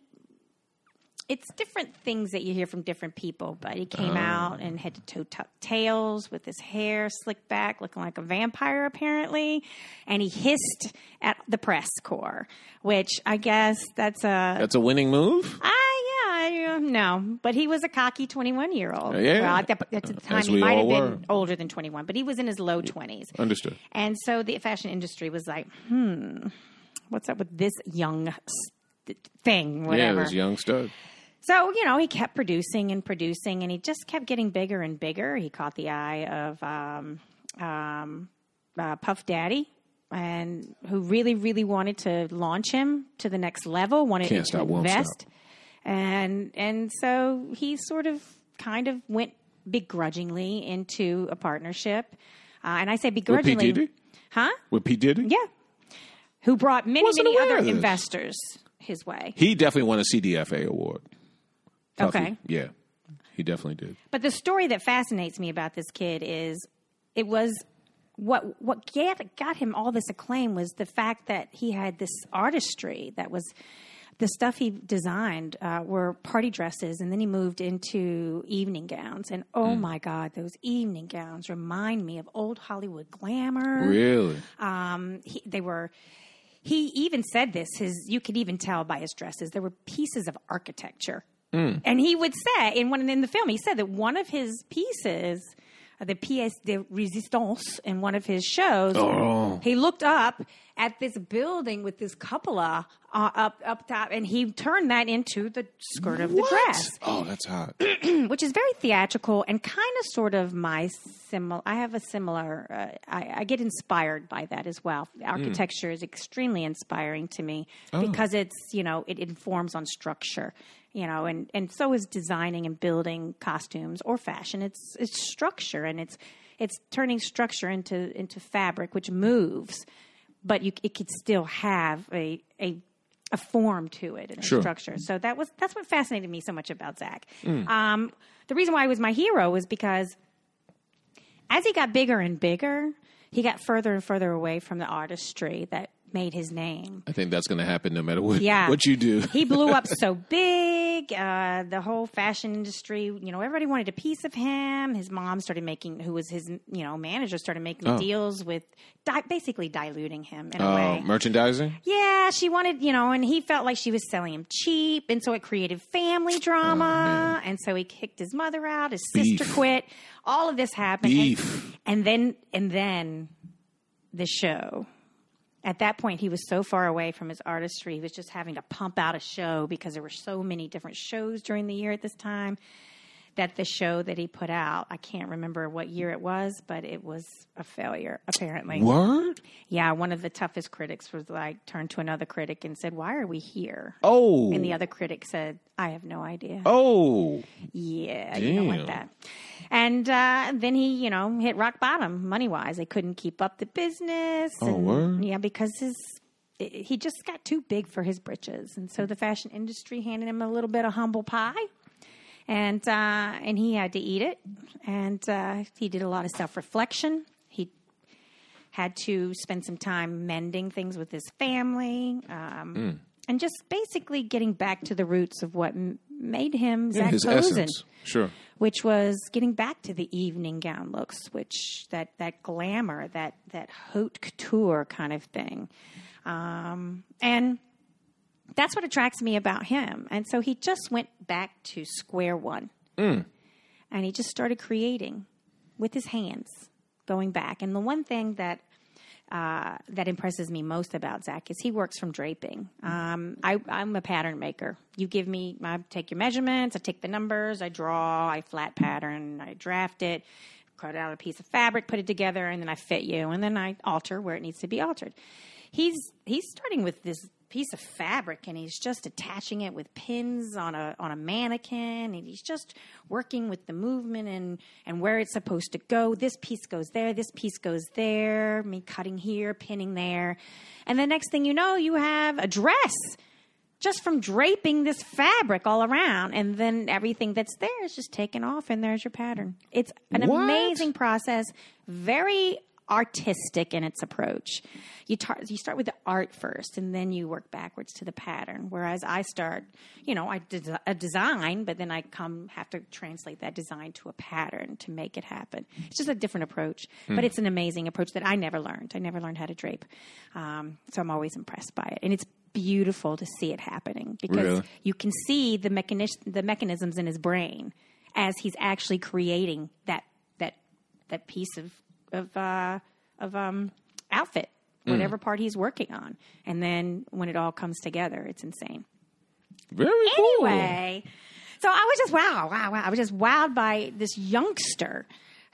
[SPEAKER 2] It's different things that you hear from different people, but he came
[SPEAKER 1] Oh.
[SPEAKER 2] out and had to toe tuck tails with his hair slicked back, looking like a vampire, apparently. And he hissed at the press corps, which I guess that's a.
[SPEAKER 1] That's a winning move?
[SPEAKER 2] Ah, yeah, I, uh, no. But he was a cocky 21 year old.
[SPEAKER 1] Yeah. Uh,
[SPEAKER 2] Well, at the, at the time,
[SPEAKER 1] As
[SPEAKER 2] he
[SPEAKER 1] we
[SPEAKER 2] might have
[SPEAKER 1] all
[SPEAKER 2] been
[SPEAKER 1] were.
[SPEAKER 2] older than 21, but he was in his low 20s.
[SPEAKER 1] Understood.
[SPEAKER 2] And so the fashion industry was like, hmm, what's up with this young s- thing,
[SPEAKER 1] Yeah,
[SPEAKER 2] whatever.
[SPEAKER 1] this young stud.
[SPEAKER 2] so, you know, he kept producing and producing, and he just kept getting bigger and bigger. He caught the eye of um, um, uh, Puff Daddy. And who really, really wanted to launch him to the next level, wanted
[SPEAKER 1] Can't
[SPEAKER 2] to
[SPEAKER 1] stop, won't
[SPEAKER 2] invest, and and so he sort of, kind of went begrudgingly into a partnership, uh, and I say begrudgingly,
[SPEAKER 1] Diddy?
[SPEAKER 2] huh?
[SPEAKER 1] With P. Diddy?
[SPEAKER 2] Yeah. Who brought many,
[SPEAKER 1] Wasn't
[SPEAKER 2] many
[SPEAKER 1] aware
[SPEAKER 2] other
[SPEAKER 1] of this.
[SPEAKER 2] investors his way.
[SPEAKER 1] He definitely won a CDFA award. Puffy.
[SPEAKER 2] Okay.
[SPEAKER 1] Yeah, he definitely did.
[SPEAKER 2] But the story that fascinates me about this kid is it was what what get, got him all this acclaim was the fact that he had this artistry that was the stuff he designed uh, were party dresses and then he moved into evening gowns and oh
[SPEAKER 1] Hmm.
[SPEAKER 2] my god those evening gowns remind me of old hollywood glamour
[SPEAKER 1] Really?
[SPEAKER 2] he, they were he even said this his you could even tell by his dresses there were pieces of architecture and he would say in one in the film he said that one of his pieces uh, the pièce de résistance in one of his shows he looked up at this building with this cupola uh, up up top and he turned that into the skirt of the dress
[SPEAKER 1] Oh, that's hot.
[SPEAKER 2] which is very theatrical and kind of sort of my similar. I have a similar. Uh, I, I get inspired by that as well. Architecture is extremely inspiring to me because it's you know it informs on structure, you know, and and so is designing and building costumes or fashion. It's it's structure and it's it's turning structure into into fabric which moves, but you it could still have a a a form to it and a
[SPEAKER 1] Sure.
[SPEAKER 2] structure structure. So that was that's what fascinated me so much about Zach.
[SPEAKER 1] Mm.
[SPEAKER 2] Um, the reason why he was my hero was because as he got bigger and bigger, he got further and further away from the artistry that made his name.
[SPEAKER 1] I think that's going to happen no matter what,
[SPEAKER 2] Yeah.
[SPEAKER 1] what you do.
[SPEAKER 2] He blew up so big. Uh, the whole fashion industry, you know, everybody wanted a piece of him. His mom started making, who was his, you know, manager, started making deals with di- basically diluting him in a
[SPEAKER 1] Oh,
[SPEAKER 2] way.
[SPEAKER 1] merchandising?
[SPEAKER 2] Yeah, she wanted, you know, and he felt like she was selling him cheap. And so it created family drama. and so he kicked his mother out, his sister
[SPEAKER 1] Beef.
[SPEAKER 2] quit. All of this happened.
[SPEAKER 1] Beef.
[SPEAKER 2] And, and then, and then the show at that point he was so far away from his artistry he was just having to pump out a show because there were so many different shows during the year at this time that the show that he put out i can't remember what year it was but it was a failure apparently
[SPEAKER 1] Word?
[SPEAKER 2] yeah one of the toughest critics was like turned to another critic and said why are we here
[SPEAKER 1] Oh.
[SPEAKER 2] and the other critic said i have no idea
[SPEAKER 1] oh.
[SPEAKER 2] yeah, you don't want
[SPEAKER 1] Damn.
[SPEAKER 2] that. And uh, then he, you know, hit rock bottom money wise. They couldn't keep up the business.
[SPEAKER 1] Oh,
[SPEAKER 2] and,
[SPEAKER 1] word.
[SPEAKER 2] Yeah, because his he just got too big for his britches, and so the fashion industry handed him a little bit of humble pie, and uh, and he had to eat it. And uh, he did a lot of self reflection. He had to spend some time mending things with his family. Um,
[SPEAKER 1] Hmm.
[SPEAKER 2] And just basically getting back to the roots of what m- made him Zach
[SPEAKER 1] His
[SPEAKER 2] Posen
[SPEAKER 1] essence. Sure.
[SPEAKER 2] which was getting back to the evening gown looks, which that that glamour, that that haute couture kind of thing, um, and that's what attracts me about him. And so he just went back to square one,
[SPEAKER 1] Hmm.
[SPEAKER 2] and he just started creating with his hands, going back. And the one thing that uh, that impresses me most about Zach is he works from draping. Um, I, I'm a pattern maker. You give me, I take your measurements, I take the numbers, I draw, I flat pattern, I draft it, cut out a piece of fabric, put it together, and then I fit you, and then I alter where it needs to be altered. He's he's starting with this piece of fabric and he's just attaching it with pins on a on a mannequin and he's just working with the movement and and where it's supposed to go this piece goes there this piece goes there me cutting here pinning there and the next thing you know you have a dress just from draping this fabric all around and then everything that's there is just taken off and there's your pattern it's an
[SPEAKER 1] What?
[SPEAKER 2] amazing process very artistic in its approach you, tar- you start with the art first and then you work backwards to the pattern whereas i start you know i des- a design but then i come have to translate that design to a pattern to make it happen it's just a different approach but it's an amazing approach that i never learned i never learned how to drape um, so i'm always impressed by it and it's beautiful to see it happening because
[SPEAKER 1] Really?
[SPEAKER 2] you can see the mechanis- the mechanisms in his brain as he's actually creating that that that piece of of uh, of um, outfit, whatever part he's working on, and then when it all comes together, it's insane.
[SPEAKER 1] Very cool.
[SPEAKER 2] Anyway, so I was just wow, wow, wow. I was just wowed by this youngster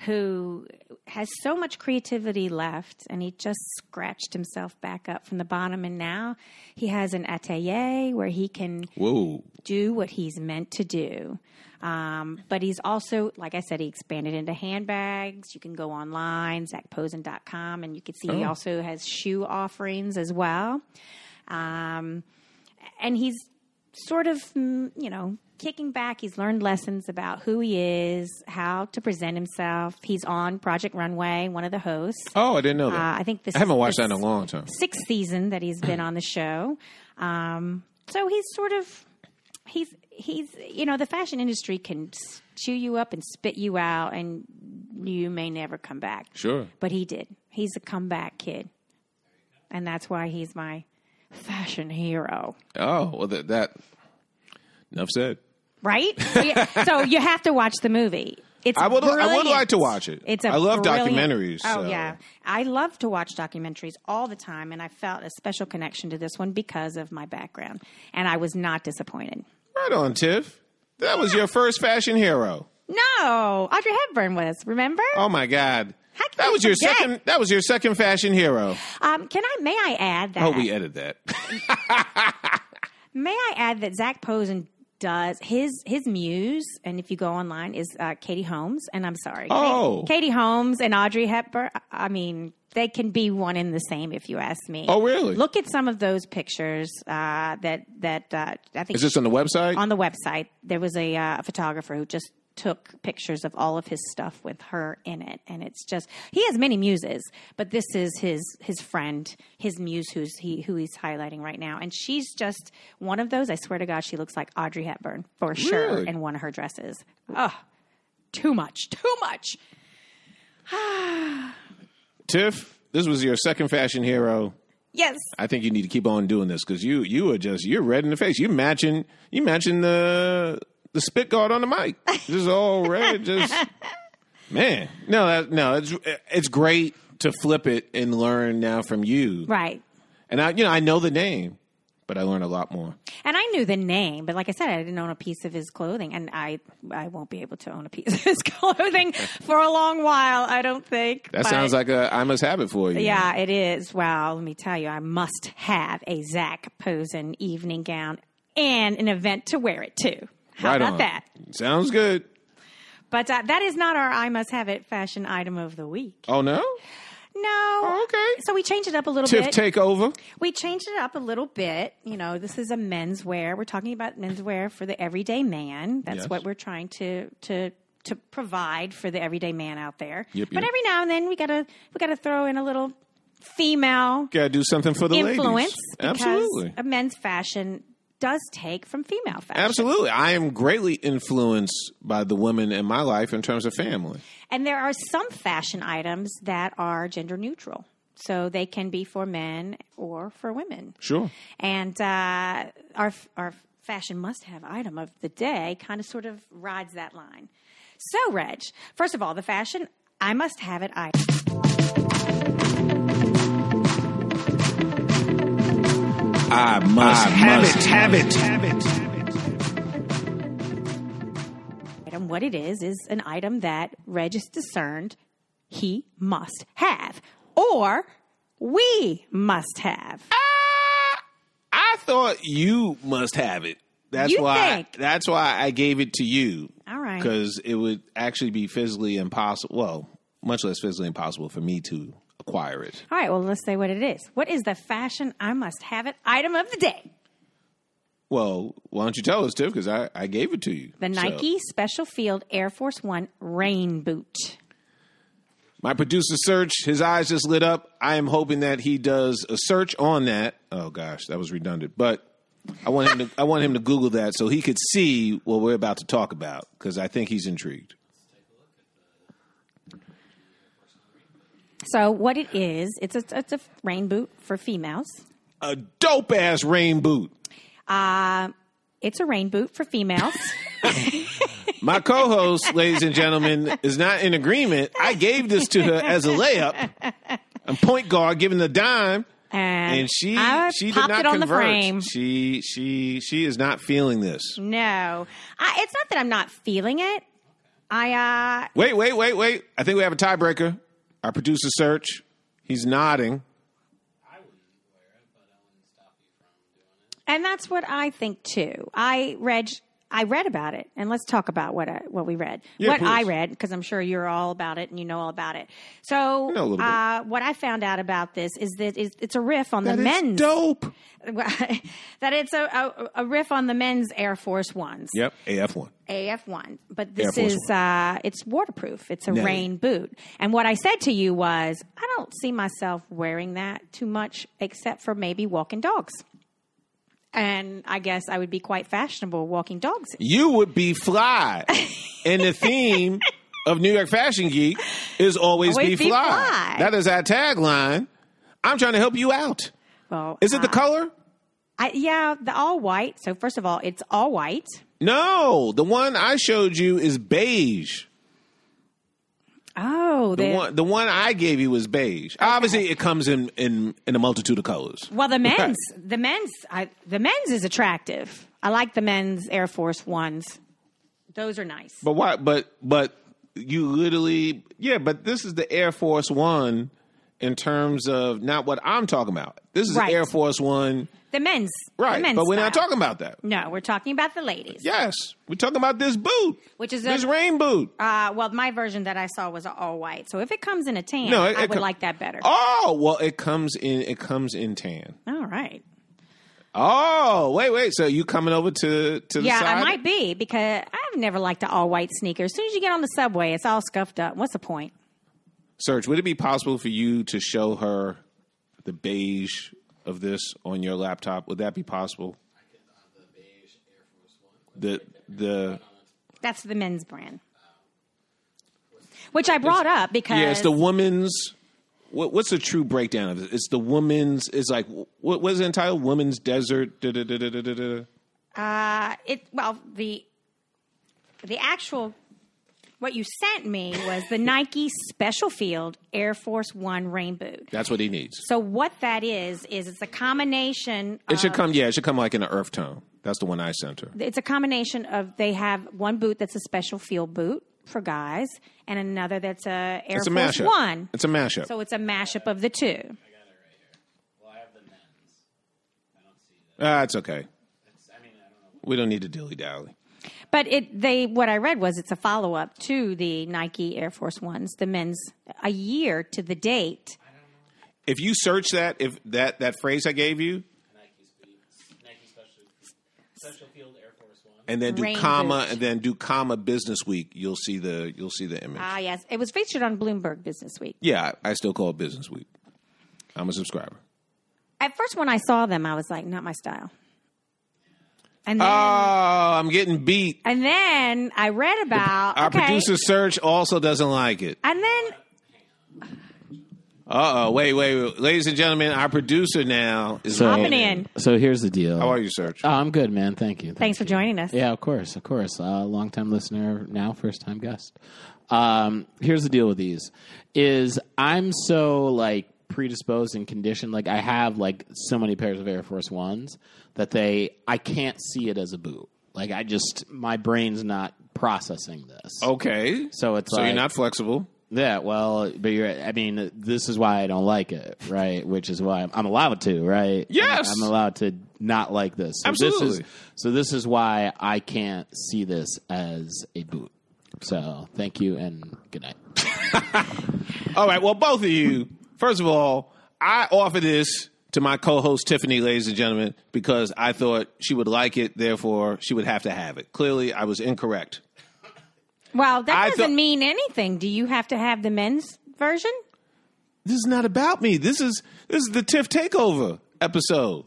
[SPEAKER 2] who has so much creativity left and he just scratched himself back up from the bottom and now he has an atelier where he can
[SPEAKER 1] Whoa.
[SPEAKER 2] do what he's meant to do. Um, but he's also, like I said, he expanded into handbags. You can go online, zachposen.com, and you can see he
[SPEAKER 1] Oh.
[SPEAKER 2] also has shoe offerings as well. Um, and he's sort of, mm, you know, kicking back. He's learned lessons about who he is, how to present himself. He's on Project Runway, one of the hosts.
[SPEAKER 1] Oh, I didn't know
[SPEAKER 2] Uh,
[SPEAKER 1] that.
[SPEAKER 2] I think this
[SPEAKER 1] I haven't
[SPEAKER 2] is-
[SPEAKER 1] watched that
[SPEAKER 2] this-
[SPEAKER 1] in a long time.
[SPEAKER 2] sixth season that he's been on the show. Um, so he's sort of he's he's you know the fashion industry can s- chew you up and spit you out, and you may never come back.
[SPEAKER 1] Sure.
[SPEAKER 2] But he did. He's a comeback kid, and that's why he's my fashion hero.
[SPEAKER 1] Oh, well, that, that enough said.
[SPEAKER 2] Right? So you, so you have to watch the movie. It's
[SPEAKER 1] I would- I would
[SPEAKER 2] brilliant.
[SPEAKER 1] like to watch it.
[SPEAKER 2] It's a
[SPEAKER 1] I love
[SPEAKER 2] brilliant-
[SPEAKER 1] documentaries,
[SPEAKER 2] Oh
[SPEAKER 1] so-
[SPEAKER 2] yeah, I love to watch documentaries all the time, and I felt a special connection to this one because of my background, and I was not disappointed.
[SPEAKER 1] Right on, Tiff. That was your first fashion hero.
[SPEAKER 2] No, Audrey Hepburn was. Remember?
[SPEAKER 1] Oh my God.
[SPEAKER 2] How can
[SPEAKER 1] That
[SPEAKER 2] you
[SPEAKER 1] was your
[SPEAKER 2] forget?
[SPEAKER 1] second. That was your second fashion hero.
[SPEAKER 2] Um, can I? May I add that?
[SPEAKER 1] Oh, we edit that.
[SPEAKER 2] May I add that Zach Posen does his his muse, and if you go online, is uh, Katie Holmes. And I'm sorry,
[SPEAKER 1] Oh.
[SPEAKER 2] Katie, Katie Holmes and Audrey Hepburn. I mean, they can be one and the same if you ask me.
[SPEAKER 1] Oh, really?
[SPEAKER 2] Look at some of those pictures uh, that that uh, I think
[SPEAKER 1] Is this on the website?
[SPEAKER 2] on the website. There was a, uh, a photographer who just took pictures of all of his stuff with her in it, and it's just he has many muses, but this is his his friend, his muse, who's he who he's highlighting right now, and she's just one of those. I swear to God, she looks like Audrey Hepburn for sure
[SPEAKER 1] Really?
[SPEAKER 2] in one of her dresses. Oh, too much, too much.
[SPEAKER 1] Tiff, this was your second fashion hero.
[SPEAKER 2] Yes,
[SPEAKER 1] I think you need to keep on doing this because you you are just you're red in the face. You matching you matching the the spit guard on the mic. Just all red. Just man. No, that, no. It's it's great to flip it and learn now from you.
[SPEAKER 2] right.
[SPEAKER 1] And I, you know, I know the name, but I learn a lot more.
[SPEAKER 2] And I knew the name, but like I said, I didn't own a piece of his clothing, and I I won't be able to own a piece of his clothing for a long while. I don't think.
[SPEAKER 1] That
[SPEAKER 2] but-
[SPEAKER 1] sounds like a I must have it for you.
[SPEAKER 2] Yeah, it is. Well, let me tell you, I must have a Zach Posen evening gown and an event to wear it to. How
[SPEAKER 1] Right
[SPEAKER 2] about
[SPEAKER 1] on.
[SPEAKER 2] that?
[SPEAKER 1] Sounds good.
[SPEAKER 2] But uh, that is not our I must have it fashion item of the week.
[SPEAKER 1] Oh no,
[SPEAKER 2] No.
[SPEAKER 1] Oh, okay.
[SPEAKER 2] So we changed it up a little
[SPEAKER 1] Tiff
[SPEAKER 2] bit.
[SPEAKER 1] takeover.
[SPEAKER 2] We changed it up a little bit. You know, this is a menswear. We're talking about menswear for the everyday man. That's
[SPEAKER 1] Yes.
[SPEAKER 2] what we're trying to to to provide for the everyday man out there.
[SPEAKER 1] Yep,
[SPEAKER 2] But
[SPEAKER 1] yep.
[SPEAKER 2] every now and then we gotta we gotta throw in a little female
[SPEAKER 1] Got to do something for the
[SPEAKER 2] influence
[SPEAKER 1] ladies.
[SPEAKER 2] because
[SPEAKER 1] Absolutely.
[SPEAKER 2] a men's fashion does take from female fashion.
[SPEAKER 1] Absolutely. I am greatly influenced by the women in my life in terms of family.
[SPEAKER 2] And there are some fashion items that are gender neutral. So they can be for men or for women.
[SPEAKER 1] Sure.
[SPEAKER 2] And uh, our our fashion must have item of the day kind of sort of rides that line. So, Reg, first of all, the fashion I must have it item.
[SPEAKER 1] I must have it. Have it.
[SPEAKER 2] item. What it is is an item that Reg has discerned he must have, or we must have.
[SPEAKER 1] Ah, I thought you must have it. That's
[SPEAKER 2] You
[SPEAKER 1] why.
[SPEAKER 2] think.
[SPEAKER 1] That's why I gave it to you.
[SPEAKER 2] All right.
[SPEAKER 1] Because it would actually be physically impossible. Well, much less physically impossible for me to acquire it.
[SPEAKER 2] All right, well, let's say what it is. What is the fashion I must have it item of the day?
[SPEAKER 1] Well, why don't you tell us, Tiff? Because I, I gave it to you.
[SPEAKER 2] The
[SPEAKER 1] So,
[SPEAKER 2] Nike Special Field Air Force One rain boot.
[SPEAKER 1] my producer search. His eyes just lit up. I am hoping that he does a search on that. Oh gosh, that was redundant, but. I want him to. I want him to Google that so he could see what we're about to talk about because I think he's intrigued.
[SPEAKER 2] So what it is, it's a, it's a rain boot for females.
[SPEAKER 1] A dope ass rain boot.
[SPEAKER 2] Uh, It's a rain boot for females.
[SPEAKER 1] My co-host, ladies and gentlemen, is not in agreement. I gave this to her as a layup. I'm point guard, giving the dime,
[SPEAKER 2] And,
[SPEAKER 1] and she
[SPEAKER 2] I
[SPEAKER 1] she did
[SPEAKER 2] popped
[SPEAKER 1] not
[SPEAKER 2] it on
[SPEAKER 1] convert.
[SPEAKER 2] the frame.
[SPEAKER 1] She she she is not feeling this.
[SPEAKER 2] No, I, it's not that I'm not feeling it. I uh,
[SPEAKER 1] Wait, wait, wait, wait. I think we have a tiebreaker. Our producer search. He's nodding.
[SPEAKER 2] and that's what I think too. I read I read about it, and let's talk about what I, what we read,
[SPEAKER 1] Yeah,
[SPEAKER 2] what I
[SPEAKER 1] please.
[SPEAKER 2] read, because I'm sure you're all about it and you know all about it. So
[SPEAKER 1] know a little bit.
[SPEAKER 2] uh, what I found out about this is that is- it's a riff on
[SPEAKER 1] That
[SPEAKER 2] the
[SPEAKER 1] is
[SPEAKER 2] men's
[SPEAKER 1] dope.
[SPEAKER 2] that it's a, a, a riff on the men's Air Force Ones.
[SPEAKER 1] Yep. AF one.
[SPEAKER 2] AF one, but
[SPEAKER 1] Air
[SPEAKER 2] this
[SPEAKER 1] Force
[SPEAKER 2] is uh, it's waterproof. It's a
[SPEAKER 1] Nay.
[SPEAKER 2] rain boot. And what I said to you was, I don't see myself wearing that too much, except for maybe walking dogs. And I guess I would be quite fashionable walking dogs.
[SPEAKER 1] You would be fly, and the theme of New York Fashion Geek is always,
[SPEAKER 2] Always
[SPEAKER 1] be,
[SPEAKER 2] be
[SPEAKER 1] fly.
[SPEAKER 2] fly.
[SPEAKER 1] That is our tagline. I'm trying to help you out.
[SPEAKER 2] Well,
[SPEAKER 1] Is it the
[SPEAKER 2] uh,
[SPEAKER 1] color?
[SPEAKER 2] I, yeah, the all white. So first of all, it's all white.
[SPEAKER 1] No, the one I showed you is beige.
[SPEAKER 2] Oh,
[SPEAKER 1] The one, the one I gave you is beige. Obviously, it comes in in in a multitude of colors.
[SPEAKER 2] Well, the men's, the men's, I, the men's is attractive. I like the men's Air Force ones. Those are nice.
[SPEAKER 1] But why? But but you literally, yeah. But this is the Air Force One in terms of not what I'm talking about. This is
[SPEAKER 2] Right.
[SPEAKER 1] Air Force One,
[SPEAKER 2] The men's, the
[SPEAKER 1] right?
[SPEAKER 2] men's
[SPEAKER 1] But we're not
[SPEAKER 2] style.
[SPEAKER 1] talking about that.
[SPEAKER 2] No, we're talking about the ladies.
[SPEAKER 1] Yes, we're talking about this boot,
[SPEAKER 2] Which is a-
[SPEAKER 1] this rain boot.
[SPEAKER 2] Uh, well, my version that I saw was all white. So if it comes in a tan,
[SPEAKER 1] No, it-
[SPEAKER 2] I
[SPEAKER 1] it
[SPEAKER 2] would
[SPEAKER 1] com-
[SPEAKER 2] like that better.
[SPEAKER 1] Oh well, it comes in. It comes in tan.
[SPEAKER 2] All right.
[SPEAKER 1] Oh wait, wait. So you coming over to to the
[SPEAKER 2] Yeah,
[SPEAKER 1] side?
[SPEAKER 2] I might be because I've never liked the all white sneaker. As soon as you get on the subway, it's all scuffed up. What's the point?
[SPEAKER 1] Serge, would it be possible for you to show her the beige of this on your laptop? Would that be possible? The the
[SPEAKER 2] That's the men's brand, which I brought up because
[SPEAKER 1] yeah, it's the woman's. What, what's the true breakdown of it? It's the woman's. It's like what was it entitled? Women's desert. Da, da, da, da, da, da, da.
[SPEAKER 2] it well the the actual What you sent me was the Nike Special Field Air Force One rain boot.
[SPEAKER 1] That's what he needs.
[SPEAKER 2] So what that is is it's a combination.
[SPEAKER 1] It should come, yeah, it should come like in an earth tone. That's the one I sent her.
[SPEAKER 2] It's a combination of they have one boot that's a special field boot for guys, and another that's a Air
[SPEAKER 1] It's a
[SPEAKER 2] Force
[SPEAKER 1] mashup.
[SPEAKER 2] One.
[SPEAKER 1] It's a mashup.
[SPEAKER 2] So it's a mashup of the two.
[SPEAKER 1] ah, it's okay. We don't need to dilly dally.
[SPEAKER 2] But it they what I read was it's a follow up to the Nike Air Force Ones, the men's a year to the date.
[SPEAKER 1] If you search that, if that that phrase I gave you,
[SPEAKER 3] Nike Speed, Nike Special, Special Field Air Force One.
[SPEAKER 1] and then do
[SPEAKER 2] Rain
[SPEAKER 1] comma,
[SPEAKER 2] boot.
[SPEAKER 1] and then do comma Business Week, you'll see the you'll see the image.
[SPEAKER 2] Ah yes, it was featured on Bloomberg Business Week.
[SPEAKER 1] yeah, I, I still call it Business Week. I'm a subscriber.
[SPEAKER 2] At first, when I saw them, I was like, not my style. And then,
[SPEAKER 1] Oh, I'm getting beat.
[SPEAKER 2] and then I read about
[SPEAKER 1] Our
[SPEAKER 2] okay,
[SPEAKER 1] producer Serge also doesn't like it.
[SPEAKER 2] and then
[SPEAKER 1] Uh oh, wait, wait, wait, ladies and gentlemen, our producer now is
[SPEAKER 2] Popping
[SPEAKER 1] logging
[SPEAKER 2] in.
[SPEAKER 3] So here's the deal.
[SPEAKER 1] How are you, Serge?
[SPEAKER 3] Oh, I'm good, man. Thank you. Thank
[SPEAKER 2] thanks for
[SPEAKER 3] you.
[SPEAKER 2] joining us.
[SPEAKER 3] Yeah, of course, of course. Uh, long time listener, now first time guest. Um, here's the deal with these: is I'm so like predisposed and conditioned. Like I have like so many pairs of Air Force Ones that they I can't see it as a boot. Like I just my brain's not processing this.
[SPEAKER 1] okay,
[SPEAKER 3] So it's
[SPEAKER 1] Oh, so
[SPEAKER 3] like,
[SPEAKER 1] you're not flexible.
[SPEAKER 3] yeah, well, but you're. I mean, this is why I don't like it, right? Which is why I'm, I'm allowed to, right?
[SPEAKER 1] Yes.
[SPEAKER 3] I'm allowed to not like this. So This
[SPEAKER 1] Absolutely.
[SPEAKER 3] is, so this is why I can't see this as a boot. So thank you and good night.
[SPEAKER 1] All right. Well, both of you. First of all, I offer this to my co-host Tiffany, ladies and gentlemen, because I thought she would like it. Therefore, she would have to have it. Clearly, I was incorrect.
[SPEAKER 2] Well, that
[SPEAKER 1] I
[SPEAKER 2] doesn't
[SPEAKER 1] thought-
[SPEAKER 2] mean anything. Do you have to have the men's version?
[SPEAKER 1] This is not about me. This is this is the Tiff Takeover episode.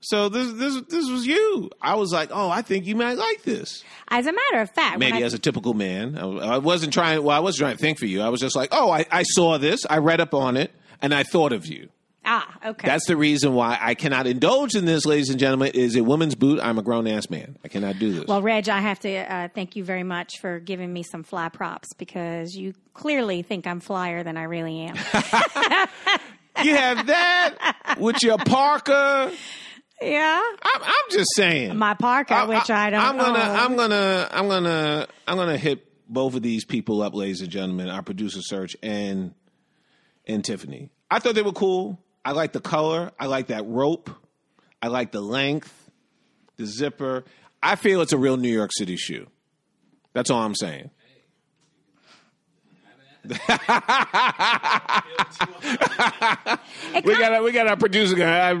[SPEAKER 1] So this this this was you. I was like, oh, I think you might like this.
[SPEAKER 2] As a matter of fact, when
[SPEAKER 1] Maybe
[SPEAKER 2] I-
[SPEAKER 1] as a typical man, I, I wasn't trying. Well, I was trying to think for you. I was just like, oh, I, I saw this. I read up on it, and I thought of you.
[SPEAKER 2] ah okay.
[SPEAKER 1] That's the reason why I cannot indulge in this, ladies and gentlemen. Is a woman's boot? I'm a grown ass man. I cannot do this.
[SPEAKER 2] well, Reg, I have to uh, thank you very much for giving me some fly props because you clearly think I'm flyer than I really am.
[SPEAKER 1] you have that with your Parker.
[SPEAKER 2] yeah,
[SPEAKER 1] I'm, I'm just saying.
[SPEAKER 2] my Parker, which I, don't.
[SPEAKER 1] I'm gonna.
[SPEAKER 2] own.
[SPEAKER 1] I'm gonna. I'm gonna. I'm gonna hit both of these people up, ladies and gentlemen. Our producer search and and Tiffany. I thought they were cool. I like the color. I like that rope. I like the length, the zipper. I feel it's a real New York City shoe. That's all I'm saying.
[SPEAKER 2] It
[SPEAKER 1] We
[SPEAKER 2] kinda-
[SPEAKER 1] got our, we got our producer guy.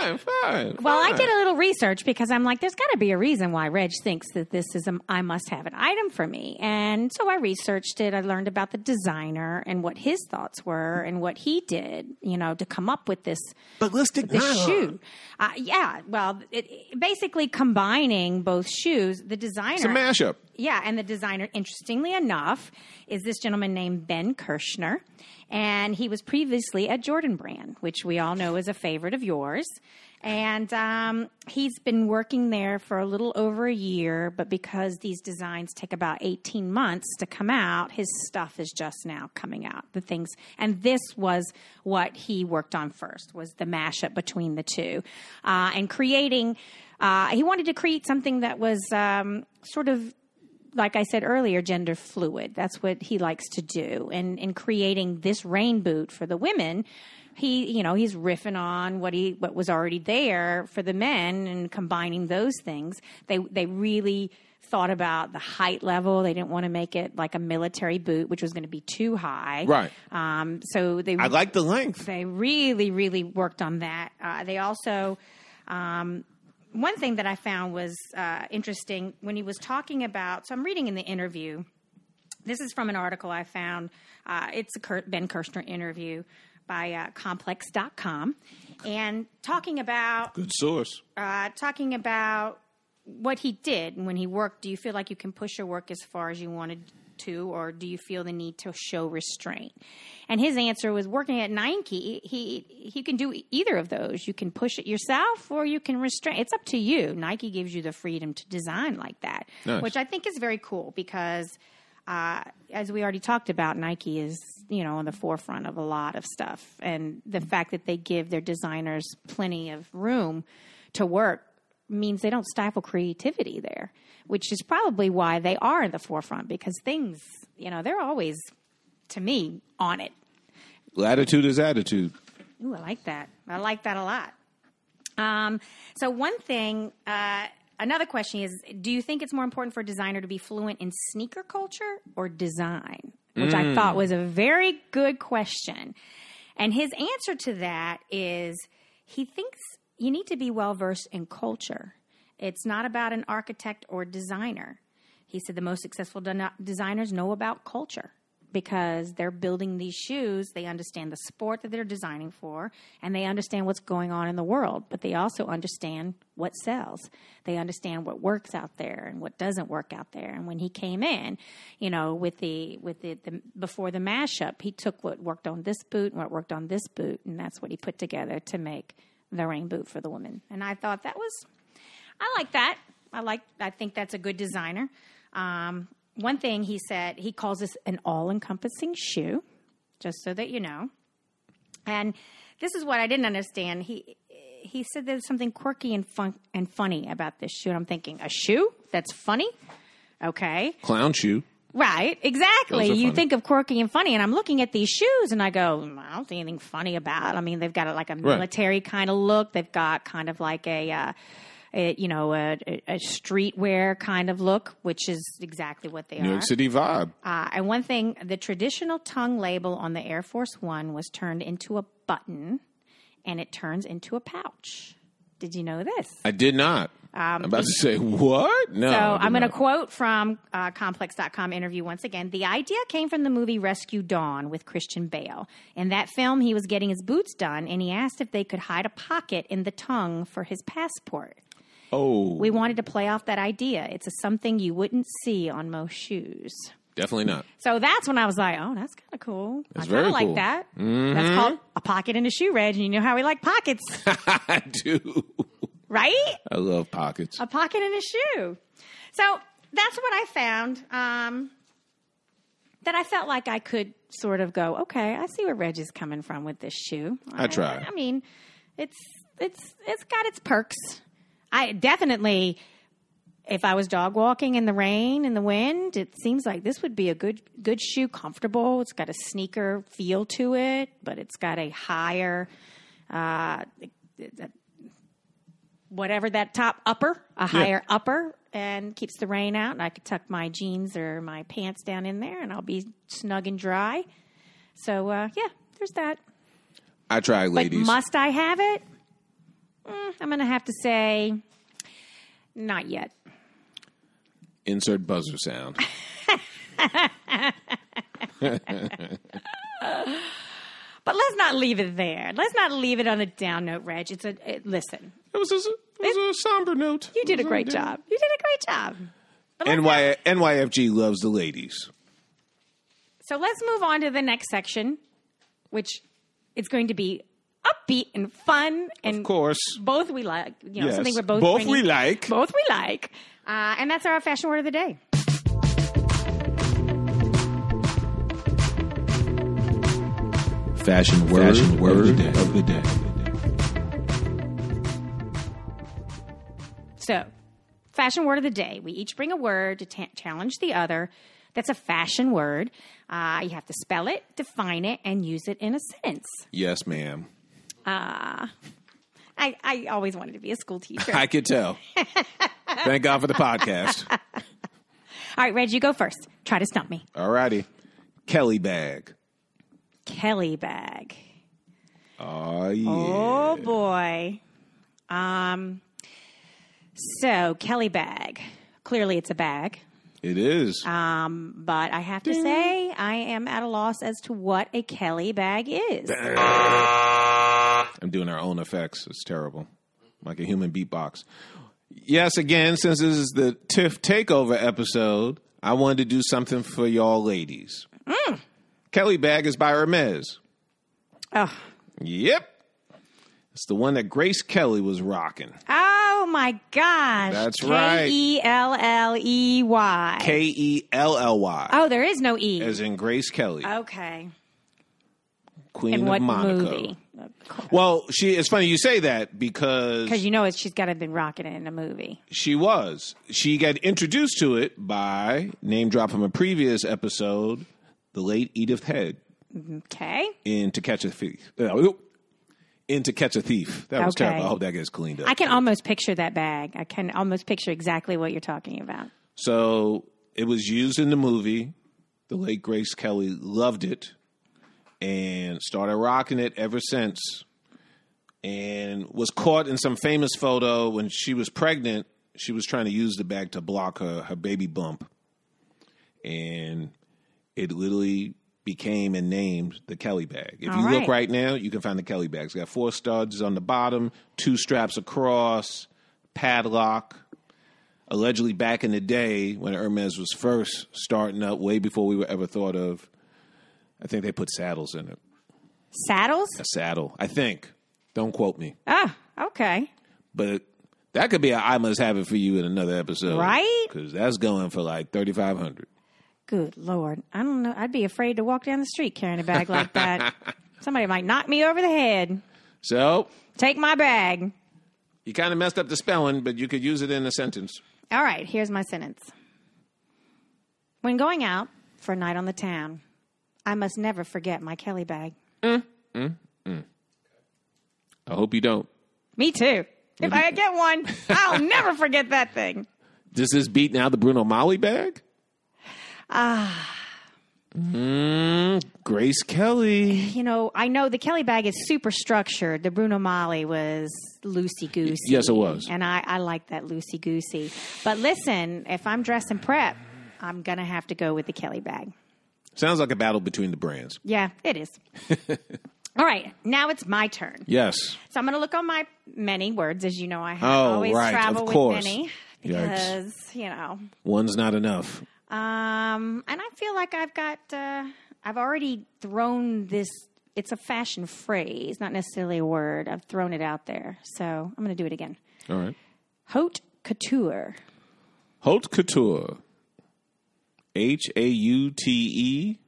[SPEAKER 1] Fine, fine.
[SPEAKER 2] Well, I
[SPEAKER 1] fine.
[SPEAKER 2] did a little research because I'm like, there's got to be a reason why Reg thinks that this is a I must have an item for me. And so I researched it. I learned about the designer and what his thoughts were and what he did, you know, to come up with this
[SPEAKER 1] ballistic
[SPEAKER 2] the
[SPEAKER 1] nylon.
[SPEAKER 2] shoe. Uh, yeah, well, it, it- basically combining both shoes. The designer,
[SPEAKER 1] It's a mashup.
[SPEAKER 2] yeah, and the designer, interestingly enough, is this gentleman named Ben Kirschner. And he was previously at Jordan Brand, which we all know is a favorite of yours. And um, he's been working there for a little over a year, but because these designs take about 18 months to come out, his stuff is just now coming out. The things, and this was what he worked on first, was the mashup between the two. Uh, and creating, uh, he wanted to create something that was um, sort of like I said earlier, gender fluid. That's what he likes to do. And in creating this rain boot for the women, he you know he's riffing on what he what was already there for the men and combining those things. They they really thought about the height level. They didn't want to make it like a military boot, which was going to be too high.
[SPEAKER 1] Right.
[SPEAKER 2] Um, so they
[SPEAKER 1] I like the length.
[SPEAKER 2] they really, really worked on that. Uh, they also, um, one thing that I found was uh, interesting when he was talking about. So I'm reading in the interview. This is from an article I found. Uh, it's a Kurt, Ben Kirshner interview by uh, Complex.com, and talking about
[SPEAKER 1] Good source.
[SPEAKER 2] uh, talking about what he did and when he worked. Do you feel like you can push your work as far as you want to to, or do you feel the need to show restraint? And his answer was working at Nike, he he can do either of those. You can push it yourself or you can restrain. It's up to you. Nike gives you the freedom to design like that,
[SPEAKER 1] Nice.
[SPEAKER 2] which I think is very cool because uh, as we already talked about, Nike is you know on the forefront of a lot of stuff, and the fact that they give their designers plenty of room to work means they don't stifle creativity there, which is probably why they are in the forefront because things you know they're always to me on it.
[SPEAKER 1] Latitude is attitude.
[SPEAKER 2] Ooh, I like that. I like that a lot. Um, so one thing, uh, another question is: Do you think it's more important for a designer to be fluent in sneaker culture or design? Which I thought was a very good question. And his answer to that is he thinks you need to be well versed in culture. It's not about an architect or designer. He said the most successful den- designers know about culture because they're building these shoes. They understand the sport that they're designing for and they understand what's going on in the world, but they also understand what sells. They understand what works out there and what doesn't work out there. And when he came in, you know, with the with the, the before the mashup, he took what worked on this boot and what worked on this boot and that's what he put together to make the rain boot for the woman. And I thought that was I like that. I like. I think that's a good designer. Um, one thing he said he calls this an all-encompassing shoe, just so that you know. And this is what I didn't understand. He he said there's something quirky and fun and funny about this shoe. And I'm thinking a shoe that's funny. Okay,
[SPEAKER 1] Clown shoe.
[SPEAKER 2] right, exactly.
[SPEAKER 1] Those are
[SPEAKER 2] You
[SPEAKER 1] funny.
[SPEAKER 2] think of quirky and funny, and I'm looking at these shoes, and I go, "Mm, I don't see anything funny about. It. I mean, they've got a, like a military kind of look. They've got kind of like a. Uh, a, you know, a, a- a streetwear kind of look, which is exactly what they
[SPEAKER 1] New
[SPEAKER 2] are.
[SPEAKER 1] York City vibe.
[SPEAKER 2] Uh, and one thing, the traditional tongue label on the Air Force One was turned into a button, and it turns into a pouch. Did you know this?
[SPEAKER 1] I did not. I'm about to say, what? No.
[SPEAKER 2] Um, So
[SPEAKER 1] I did
[SPEAKER 2] I'm going to
[SPEAKER 1] not.
[SPEAKER 2] quote from uh, Complex.com interview once again. The idea came from the movie Rescue Dawn with Christian Bale. In that film, he was getting his boots done, and he asked if they could hide a pocket in the tongue for his passport.
[SPEAKER 1] Oh,
[SPEAKER 2] We wanted to play off that idea. It's a something you wouldn't see on most shoes.
[SPEAKER 1] definitely not.
[SPEAKER 2] So that's when I was like, oh, that's kind of cool.
[SPEAKER 1] That's
[SPEAKER 2] I kind
[SPEAKER 1] very
[SPEAKER 2] of like
[SPEAKER 1] cool. Mm-hmm.
[SPEAKER 2] that. That's called a pocket in a shoe, Reg. And you know how we like pockets,
[SPEAKER 1] I do.
[SPEAKER 2] right?
[SPEAKER 1] I love pockets.
[SPEAKER 2] a pocket and a shoe. So that's what I found. Um, that I felt like I could sort of go, okay, I see where Reg is coming from with this shoe.
[SPEAKER 1] I try.
[SPEAKER 2] I mean, it's it's it's got its perks. I definitely, if I was dog walking in the rain in the wind, it seems like this would be a good good shoe, comfortable. It's got a sneaker feel to it, but it's got a higher whatever that top upper, a higher upper, and keeps the rain out. And I could tuck my jeans or my pants down in there, and I'll be snug and dry. So uh, yeah, there's that.
[SPEAKER 1] I try,
[SPEAKER 2] But
[SPEAKER 1] ladies.
[SPEAKER 2] must I have it? Mm, I'm gonna have to say, not yet.
[SPEAKER 1] Insert buzzer sound.
[SPEAKER 2] But let's not leave it there. Let's not leave it on a down note, Reg. It's a it, listen.
[SPEAKER 1] It was a, it was a somber note.
[SPEAKER 2] You did a great job. You did a great job. But let's not-
[SPEAKER 1] NY, NYFG loves the ladies.
[SPEAKER 2] So let's move on to the next section, which is going to be upbeat and fun
[SPEAKER 1] Of
[SPEAKER 2] and
[SPEAKER 1] course.
[SPEAKER 2] both we like. You know,
[SPEAKER 1] Yes.
[SPEAKER 2] something we're both
[SPEAKER 1] Both
[SPEAKER 2] bringing-
[SPEAKER 1] we like.
[SPEAKER 2] Both we like, uh, and that's our fashion word of the day.
[SPEAKER 1] Fashion word, of, the day.
[SPEAKER 2] So, fashion word of the day. We each bring a word to ta- challenge the other. That's a fashion word. Uh, you have to spell it, define it, and use it in a sentence.
[SPEAKER 1] Yes, ma'am.
[SPEAKER 2] I, I always wanted to be a school teacher.
[SPEAKER 1] I could tell. Thank God for the podcast.
[SPEAKER 2] All right, Reg, you go first. Try to stump me.
[SPEAKER 1] All righty. Kelly bag.
[SPEAKER 2] Kelly bag.
[SPEAKER 1] Oh, yeah.
[SPEAKER 2] Oh boy. Um so Kelly bag. Clearly it's a bag,
[SPEAKER 1] It is.
[SPEAKER 2] Uh. but I have to say I am at a loss as to what a Kelly bag is.
[SPEAKER 1] I'm doing our own effects. It's terrible. Like a human beatbox. Yes, again, since this is the TIFF takeover episode, I wanted to do something for y'all ladies.
[SPEAKER 2] Mm.
[SPEAKER 1] Kelly Bag is by Hermes.
[SPEAKER 2] Oh,
[SPEAKER 1] Yep. It's the one that Grace Kelly was rocking.
[SPEAKER 2] oh my gosh.
[SPEAKER 1] That's right.
[SPEAKER 2] K E L L E Y.
[SPEAKER 1] K E L L Y.
[SPEAKER 2] Oh, there is no E.
[SPEAKER 1] As in Grace Kelly,
[SPEAKER 2] okay.
[SPEAKER 1] Queen
[SPEAKER 2] In what
[SPEAKER 1] of Monaco.
[SPEAKER 2] movie?
[SPEAKER 1] Well, she it's funny you say that because
[SPEAKER 2] Because you know it, she's got to have been rocking it in a movie.
[SPEAKER 1] She was. She got introduced to it by name drop from a previous episode, the late Edith Head
[SPEAKER 2] Okay.
[SPEAKER 1] in To Catch a Thief. Uh, oop. in To Catch a Thief. That was
[SPEAKER 2] Okay.
[SPEAKER 1] terrible. I hope that gets cleaned up.
[SPEAKER 2] I can almost picture that bag. I can almost picture exactly what you're talking about.
[SPEAKER 1] so it was used in the movie. The late Grace Kelly loved it and started rocking it ever since. And was caught in some famous photo when she was pregnant. She was trying to use the bag to block her, her baby bump. and it literally became and named the Kelly bag. If
[SPEAKER 2] All
[SPEAKER 1] you look
[SPEAKER 2] right.
[SPEAKER 1] right now, you can find the Kelly bag. It's got four studs on the bottom, two straps across, padlock. Allegedly, back in the day when Hermes was first starting up, way before we were ever thought of, I think they put saddles in it.
[SPEAKER 2] Saddles?
[SPEAKER 1] A saddle, I think. Don't quote me,
[SPEAKER 2] Oh, okay.
[SPEAKER 1] but that could be a I must have it for you in another episode,
[SPEAKER 2] Right?
[SPEAKER 1] Because that's going for like thirty five hundred.
[SPEAKER 2] Good Lord. I don't know. I'd be afraid to walk down the street carrying a bag like that. Somebody might knock me over the head.
[SPEAKER 1] So
[SPEAKER 2] Take my bag.
[SPEAKER 1] You kind of messed up the spelling, but you could use it in a sentence.
[SPEAKER 2] All right, here's my sentence. When going out for a night on the town, I must never forget my Kelly bag.
[SPEAKER 1] I hope you don't.
[SPEAKER 2] Me too. If I get one, I'll never forget that thing.
[SPEAKER 1] Does this beat now the Bruno Molly bag? Ah. Mm, Grace Kelly.
[SPEAKER 2] You know, I know the Kelly bag is super structured. The Bruno Mali was loosey goosey.
[SPEAKER 1] yes, it was.
[SPEAKER 2] And I, I like that loosey goosey. But listen, if I'm dressing prep, I'm going to have to go with the Kelly bag.
[SPEAKER 1] Sounds like a battle between the brands.
[SPEAKER 2] Yeah, it is. All right, now it's my turn.
[SPEAKER 1] Yes.
[SPEAKER 2] So I'm going to look on my many words, as you know, I have
[SPEAKER 1] Oh,
[SPEAKER 2] always
[SPEAKER 1] right,
[SPEAKER 2] travel
[SPEAKER 1] of
[SPEAKER 2] with
[SPEAKER 1] course.
[SPEAKER 2] many
[SPEAKER 1] Yikes.
[SPEAKER 2] because you know.
[SPEAKER 1] One's not enough.
[SPEAKER 2] Um, and I feel like I've got, uh, I've already thrown this. It's a fashion phrase, not necessarily a word. I've thrown it out there, so I'm going to do it again.
[SPEAKER 1] All right.
[SPEAKER 2] Haute couture.
[SPEAKER 1] Haute couture. H A U T E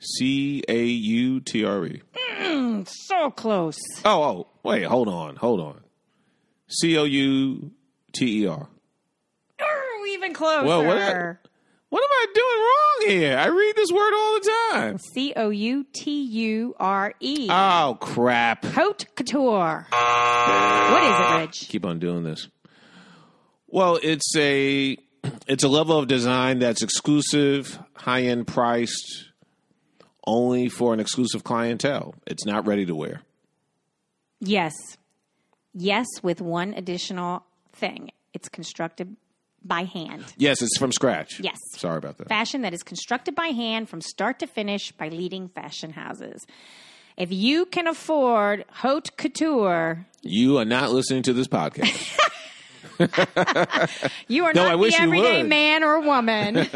[SPEAKER 1] C A U T R E.
[SPEAKER 2] So close.
[SPEAKER 1] Oh, oh, wait, hold on, hold on. C O U T E R.
[SPEAKER 2] Oh, even closer.
[SPEAKER 1] Well, what- What am I doing wrong here? I read this word all the time.
[SPEAKER 2] C o u t u r e.
[SPEAKER 1] Oh, crap.
[SPEAKER 2] Haute couture. What is it, Rich?
[SPEAKER 1] Keep on doing this. Well, it's a it's a level of design that's exclusive, high-end priced, only for an exclusive clientele. It's not ready to wear.
[SPEAKER 2] Yes, yes, with one additional thing. It's constructed by hand.
[SPEAKER 1] Yes, it's from scratch.
[SPEAKER 2] Yes.
[SPEAKER 1] Sorry about that.
[SPEAKER 2] fashion that is constructed by hand from start to finish by leading fashion houses. If you can afford haute couture,
[SPEAKER 1] You are not listening to this podcast.
[SPEAKER 2] you are
[SPEAKER 1] No,
[SPEAKER 2] not
[SPEAKER 1] I wish
[SPEAKER 2] the
[SPEAKER 1] you
[SPEAKER 2] everyday
[SPEAKER 1] would.
[SPEAKER 2] man or woman.
[SPEAKER 1] you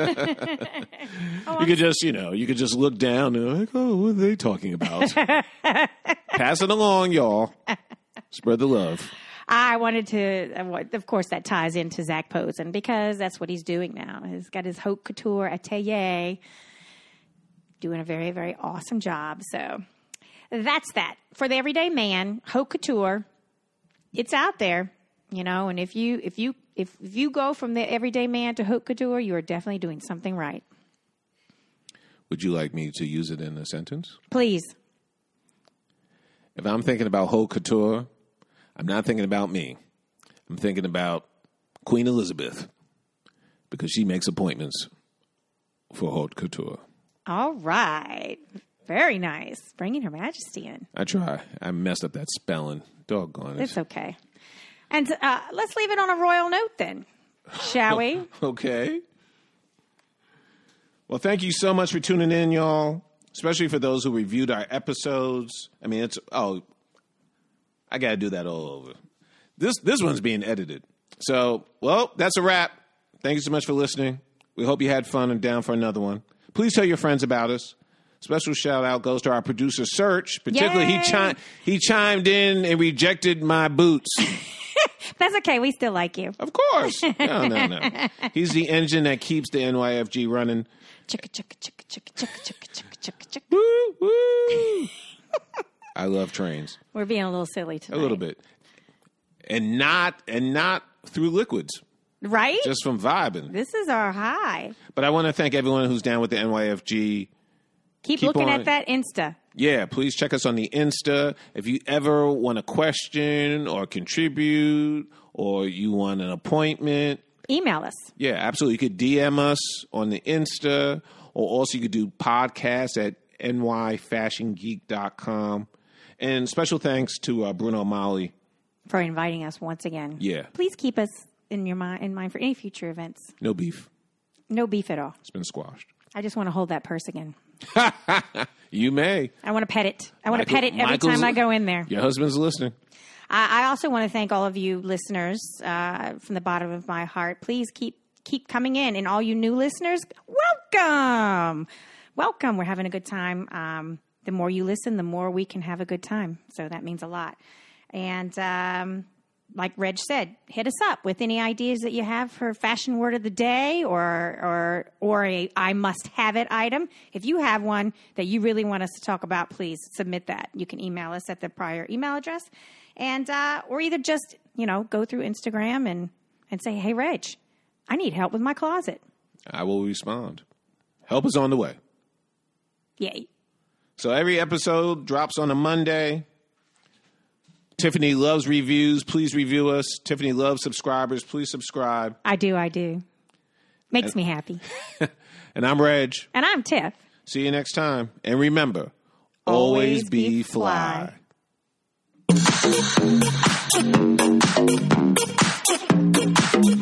[SPEAKER 1] could just, you know, you could just look down and like, oh, what are they talking about? Pass it along, y'all. Spread the love.
[SPEAKER 2] I wanted to, uh, of course, that ties into Zach Posen because that's what he's doing now. He's got his haute couture atelier, doing a very, very awesome job. So that's that for the everyday man. Haute couture, it's out there, you know. And if you, if you, if, if you go from the everyday man to haute couture, you are definitely doing something right.
[SPEAKER 1] Would you like me to use it in a sentence?
[SPEAKER 2] Please,
[SPEAKER 1] If I'm thinking about haute couture, I'm not thinking about me. I'm thinking about Queen Elizabeth because she makes appointments for haute couture.
[SPEAKER 2] all right, very nice, bringing Her Majesty in.
[SPEAKER 1] I try. I messed up that spelling. Doggone it.
[SPEAKER 2] It's okay. And uh, let's leave it on a royal note then, shall we?
[SPEAKER 1] Okay. Well, thank you so much for tuning in, y'all. Especially for those who reviewed our episodes. I mean, it's oh, I got to do that all over. This this one's being edited. So, well, that's a wrap. Thank you so much for listening. We hope you had fun and down for another one. Please tell your friends about us. Special shout out goes to our producer Search. Particularly,
[SPEAKER 2] Yay!
[SPEAKER 1] he chimed he chimed in and rejected my boots.
[SPEAKER 2] That's okay. We still like you.
[SPEAKER 1] Of course, no, no, no. He's the engine that keeps the NYFG running.
[SPEAKER 2] Chicka, chicka, chicka, chicka, chicka, chicka, chicka, chicka, chicka.
[SPEAKER 1] Woo, woo. I love trains
[SPEAKER 2] We're being a little silly
[SPEAKER 1] a
[SPEAKER 2] tonight.
[SPEAKER 1] little bit, and not and not through liquids,
[SPEAKER 2] Right?
[SPEAKER 1] just from vibing.
[SPEAKER 2] this is our high.
[SPEAKER 1] But I want to thank everyone who's down with the NYFG.
[SPEAKER 2] Keep,
[SPEAKER 1] Keep
[SPEAKER 2] looking
[SPEAKER 1] on.
[SPEAKER 2] at that Insta.
[SPEAKER 1] Yeah, please check us on the Insta. If you ever want a question or contribute or you want an appointment,
[SPEAKER 2] Email us.
[SPEAKER 1] yeah, absolutely. You could DM us on the Insta or also you could do podcasts at nyfashiongeek.com. And special thanks to uh, Bruno Mali.
[SPEAKER 2] for inviting us once again.
[SPEAKER 1] Yeah.
[SPEAKER 2] Please keep us in your mind in mind for any future events.
[SPEAKER 1] No beef.
[SPEAKER 2] No beef at all.
[SPEAKER 1] It's been squashed.
[SPEAKER 2] I just want to hold that purse again.
[SPEAKER 1] You may.
[SPEAKER 2] I want to pet it. I want to
[SPEAKER 1] Michael-
[SPEAKER 2] pet it every
[SPEAKER 1] Michael's-
[SPEAKER 2] time I go in there.
[SPEAKER 1] Your husband's listening.
[SPEAKER 2] I, I also want to thank all of you listeners uh, from the bottom of my heart. Please keep keep coming in, and all you new listeners, welcome, welcome. We're having a good time. Um, the more you listen, the more we can have a good time. So that means a lot. And um, like Reg said, hit us up with any ideas that you have for fashion word of the day or or or a I must have it item. If you have one that you really want us to talk about, please submit that. You can email us at the prior email address, and uh, or either just you know go through Instagram and and say, hey Reg, I need help with my closet.
[SPEAKER 1] I will respond. Help is on the way.
[SPEAKER 2] Yay!
[SPEAKER 1] So every episode drops on a Monday. Tiffany loves reviews. Please review us. Tiffany loves subscribers. Please subscribe.
[SPEAKER 2] I do, I do. Makes me happy.
[SPEAKER 1] And I'm Reg.
[SPEAKER 2] And I'm Tiff.
[SPEAKER 1] See you next time. And remember, always,
[SPEAKER 2] Always
[SPEAKER 1] be,
[SPEAKER 2] be
[SPEAKER 1] fly.
[SPEAKER 2] fly.
[SPEAKER 4] Thank